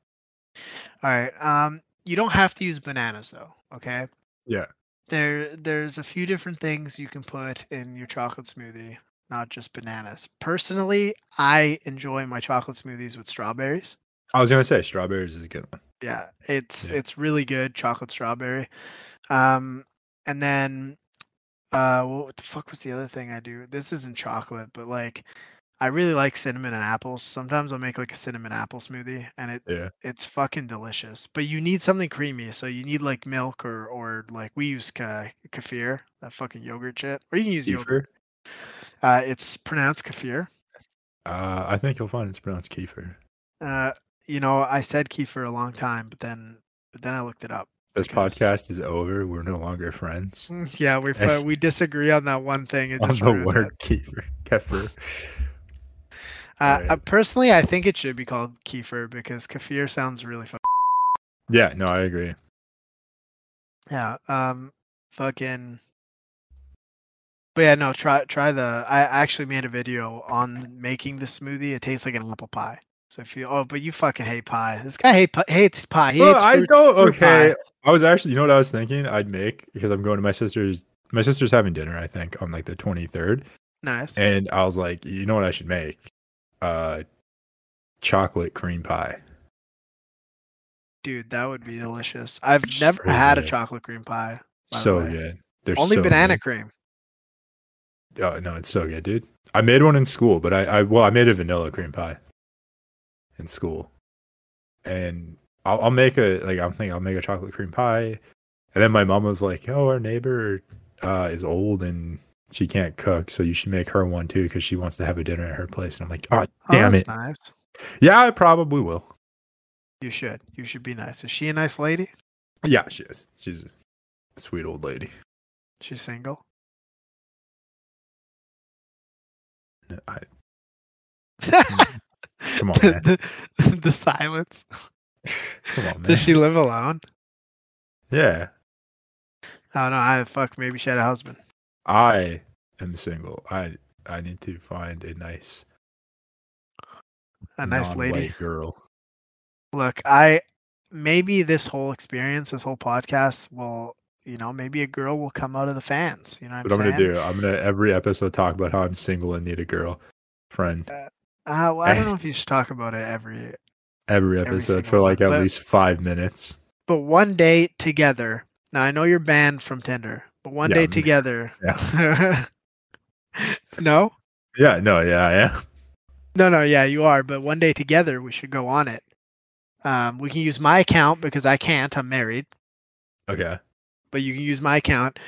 B: All right. Um, you don't have to use bananas though. Okay.
C: Yeah.
B: There, there's a few different things you can put in your chocolate smoothie, not just bananas. Personally, I enjoy my chocolate smoothies with strawberries.
C: I was gonna say strawberries is a good one.
B: Yeah, it's
C: Yeah.
B: it's really good, chocolate strawberry. Um, and then, uh, wha- what the fuck was the other thing I do? This isn't chocolate, but like, I really like cinnamon and apples. Sometimes I'll make like a cinnamon apple smoothie, and it
C: Yeah.
B: it's fucking delicious. But you need something creamy, so you need like milk or or like we use ka- kefir, that fucking yogurt shit, or you can use yogurt.
C: Kefir.
B: Uh, it's pronounced kefir.
C: Uh, I think you'll find it's pronounced kefir.
B: Uh, you know, I said kefir a long time, but then but then I looked it up.
C: This
B: because-
C: podcast is over. We're no longer friends.
B: Mm, *laughs* Yeah, we
C: Yes.
B: uh, we disagree on that one thing. It
C: on
B: just
C: the
B: ruined
C: word kefir. Kefir.
B: it. Uh, uh,
C: Right.
B: personally, I think it should be called kefir because kefir sounds really fun.
C: Yeah, no, I agree.
B: Yeah. Um. Fucking. But yeah, no. Try try the. I actually made a video on making the smoothie. It tastes like an apple pie. So if you oh, but you fucking hate pie. This guy hate pi- hates pie. He
C: Well,
B: hates
C: I
B: fruit-
C: don't.
B: fruit pie.
C: Okay, I was actually. You know what I was thinking? I'd make because I'm going to my sister's. My sister's having dinner. I think on like the 23rd,
B: Nice.
C: and I was like, you know what I should make? Uh, chocolate cream pie.
B: Dude, that would be delicious. I've
C: So
B: never had a
C: good.
B: chocolate cream pie. by the
C: so
B: way.
C: good. They're
B: Only
C: so
B: banana
C: good.
B: cream.
C: Oh no, it's so good, dude. I made one in school, but I, I well, I made a vanilla cream pie in school, and I'll, I'll make a like I'm thinking I'll make a chocolate cream pie, and then my mom was like, "Oh, our neighbor uh, is old and she can't cook, so you should make her one too because she wants to have a dinner at her place." And I'm like, "Oh,
B: Oh,
C: damn
B: that's
C: it!
B: Nice.
C: Yeah, I probably will.
B: You should. You should be nice. Is she a nice lady?
C: Yeah, she is. She's a sweet old lady.
B: She's single.
C: No,
B: *laughs*
C: I,
B: Come
C: Mm-hmm. on, man.
B: *laughs* the, the- the silence.
C: come on, man.
B: Does she live alone?
C: yeah,
B: Oh no, I fuck. Maybe she had a husband.
C: I am single. I I need to find a nice
B: A nice lady.
C: non-white girl.
B: Look, I maybe this whole experience, this whole podcast, will you know maybe a girl will come out of the fans. You know what
C: What I'm
B: I'm
C: gonna
B: saying?
C: do? I'm gonna every episode talk about how I'm single and need a girl friend.
B: Uh, well, I
C: *laughs*
B: don't know if you should talk about it every,
C: Every
B: Every
C: episode for
B: single
C: like
B: one,
C: at
B: but-
C: least five minutes.
B: but one day together. Now I know you're banned from Tinder, but one
C: Yeah,
B: day
C: I'm-
B: together. *laughs* no.
C: Yeah, no, yeah, yeah.
B: No, no, yeah, you are. But one day together, we should go on it. Um, we can use my account because I can't. I'm married,
C: *laughs* Okay.
B: but you can use my account.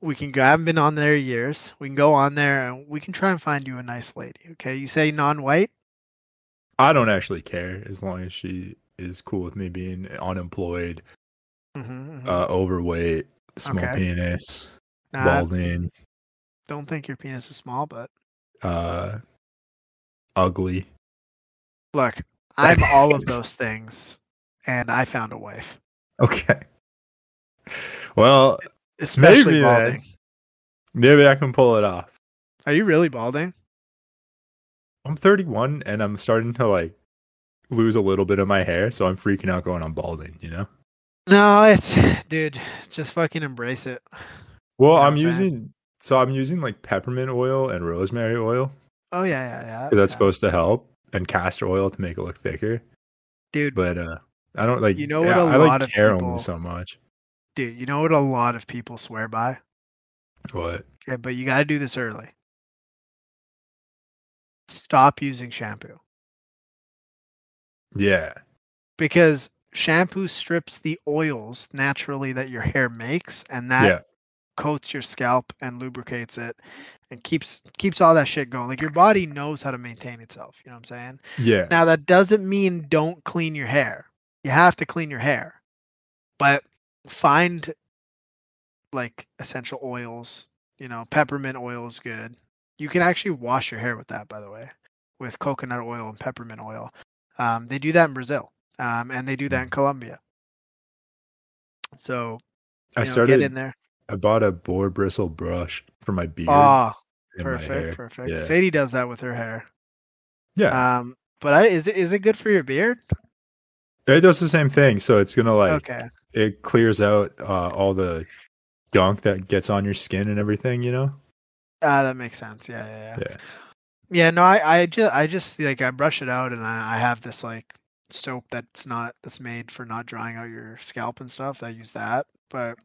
B: We can go. I haven't been on there years. We can go on there and we can try and find you a nice lady. Okay, you say non-white.
C: I don't actually care as long as she is cool with me being unemployed,
B: Mm-hmm,
C: uh, overweight, small
B: Okay.
C: penis,
B: I
C: balding,
B: don't think your penis is small, but
C: uh, ugly. *laughs*
B: look, I'm all of those things, and I found a wife,
C: Okay. Well,
B: especially
C: Maybe then.
B: balding.
C: maybe I can pull it off.
B: Are you really balding?
C: I'm 31 and I'm starting to like lose a little bit of my hair, so I'm freaking out going I'm balding, you know?
B: No, it's dude. Just fucking embrace it.
C: Well,
B: You know
C: I'm
B: what I'm saying?
C: using so I'm using like peppermint oil and rosemary oil
B: Oh yeah, yeah, yeah.
C: 'cause that's
B: yeah.
C: supposed to help and castor oil to make it look thicker.
B: dude.
C: But uh I don't like
B: You know what
C: I-
B: a
C: I
B: lot
C: like
B: of
C: care
B: people-
C: only so much.
B: Dude, you know what a lot of people swear by?
C: What?
B: Yeah, but you got to do this early. Stop using shampoo
C: Yeah.
B: because shampoo strips the oils naturally that your hair makes, and that
C: Yeah.
B: coats your scalp and lubricates it, and keeps keeps all that shit going. Like your body knows how to maintain itself. You know what I'm saying?
C: Yeah.
B: Now that doesn't mean don't clean your hair. You have to clean your hair. But find like essential oils, you know, peppermint oil is good. You can actually wash your hair with that by the way, with coconut oil and peppermint oil. Um, they do that in Brazil. Um, and they do that in Colombia. So
C: Mm. I
B: you know,
C: started.
B: get in there.
C: I bought a boar bristle brush for my beard.
B: Oh,
C: and my hair.
B: perfect, perfect.
C: Yeah.
B: Sadie does that with her hair.
C: yeah.
B: Um, but I, is it is it good for your beard?
C: it does the same thing. So it's gonna like
B: Okay.
C: it clears out uh, all the gunk that gets on your skin and everything. You know.
B: Ah, that makes sense. Yeah, yeah, yeah.
C: Yeah.
B: Yeah, no, I, I just, I just like I brush it out, and I, I have this like soap that's not that's made for not drying out your scalp and stuff. I use that, but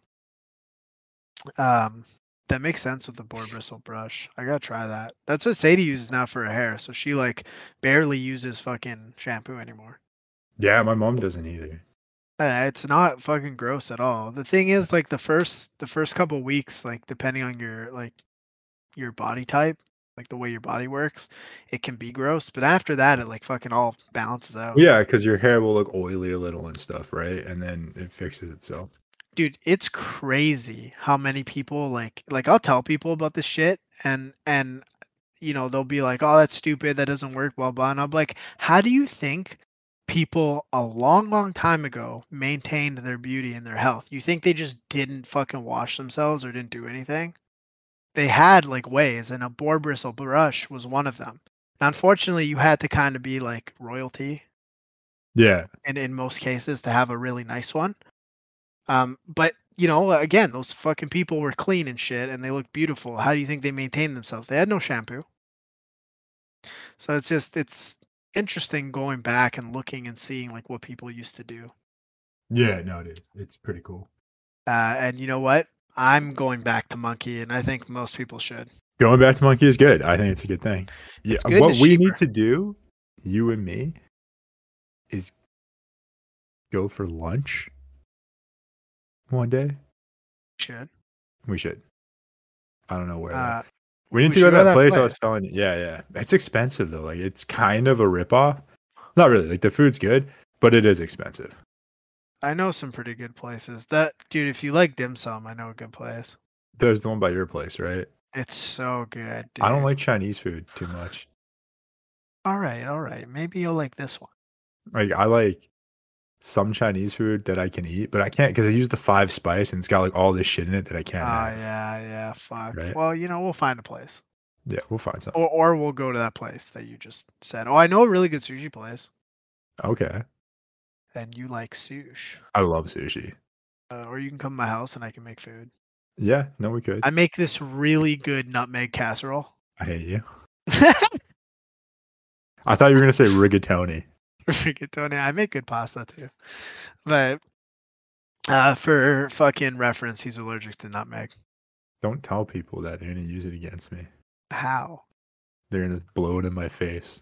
B: um, that makes sense with the boar bristle brush. I gotta try that. That's what Sadie uses now for her hair. So she like barely uses fucking shampoo anymore.
C: Yeah, my mom doesn't either.
B: Uh, It's not fucking gross at all. The thing is, like the first the first couple weeks, like depending on your like your body type, like the way your body works, it can be gross. But after that, it like fucking all balances out.
C: Yeah, because your hair will look oily a little and stuff, right? And then it fixes itself.
B: dude, it's crazy how many people like like I'll tell people about this shit, and and you know they'll be like, oh, that's stupid, that doesn't work, blah blah. And I'm like, how do you think people a long long time ago maintained their beauty and their health? You think they just didn't fucking wash themselves or didn't do anything? They had like ways, and a boar bristle brush was one of them. Now, unfortunately, you had to kind of be like royalty
C: Yeah.
B: and in most cases to have a really nice one. Um, but you know, again, those fucking people were clean and shit, and they looked beautiful. How do you think they maintained themselves? They had no shampoo. So it's just it's interesting going back and looking and seeing like what people used to do.
C: Yeah, no, it is. It's pretty cool.
B: Uh, and you know what? I'm going back to monkey, and I think most people should.
C: Going back to monkey is good. I think it's a good thing. Yeah,
B: It's good and
C: what
B: it's
C: we
B: cheaper.
C: need to do, you and me, is go for lunch one day.
B: Should.
C: We should. I don't know where. though.
B: Uh,
C: we need
B: we
C: to go
B: should
C: to
B: go
C: that,
B: to that
C: place, I
B: place.
C: was telling you. Yeah, yeah. It's expensive though. Like it's kind of a ripoff. Not really. Like the food's good, but it is expensive.
B: I know some pretty good places. That dude, if you like dim sum, I know a good place.
C: There's the one by your place, right?
B: It's so good. Dude.
C: I don't like Chinese food too much.
B: All right, all right. Maybe you'll like this one.
C: Like I like some Chinese food that I can eat, but I can't because I use the five spice and it's got like all this shit in it that I
B: Oh
C: can't. have.
B: yeah, yeah, fuck.
C: Right?
B: Well, you know, we'll find a place,
C: Yeah, we'll find something.
B: or or we'll go to that place that you just said. Oh, I know a really good sushi place,
C: Okay,
B: and you like sushi,
C: I love sushi.
B: uh, or you can come to my house and I can make food.
C: Yeah, no, we could.
B: I make this really good nutmeg casserole. *laughs*
C: I hate you. I thought you were gonna say rigatoni.
B: Rigatoni. I make good pasta too, but uh, for fucking reference, he's allergic to nutmeg.
C: Don't tell people that they're gonna use it against me.
B: How?
C: They're gonna blow it in my face.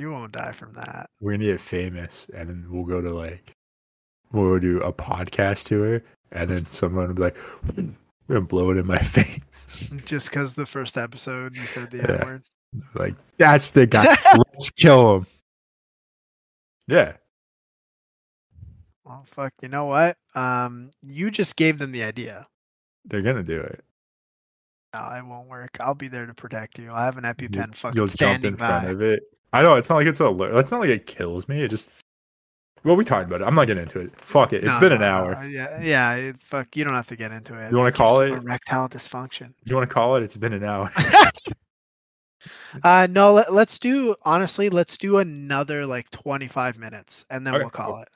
B: You won't die from that. *laughs*
C: We're gonna get famous, and then we'll go to like we'll do a podcast tour, and then someone will be like, "We're gonna blow it in my *laughs* face."
B: Just because the first episode you said the
C: *laughs* Yeah.
B: N word.
C: Like, that's
B: *laughs*
C: the guy. Let's kill him. Yeah.
B: Well, fuck. You know what? Um, you just gave them the idea.
C: They're gonna do it.
B: No, it won't work. I'll be there to protect you. I have an
C: You-
B: EpiPen fucking
C: You'll jump
B: standing
C: in
B: by.
C: front of it. I know it's not like it's a. alert- It's not like it kills me. It just. Well, we talked about it. I'm not getting into it. Fuck it. It's
B: No,
C: been
B: no,
C: an
B: no,
C: hour.
B: yeah, yeah. It, fuck, you don't have to get into it.
C: You wanna
B: It's just
C: call it?
B: erectile dysfunction?
C: Do you want to call it? It's been an hour.
B: Uh, no. Let, let's do honestly. Let's do another like 25 minutes, and then
C: Okay,
B: we'll call it.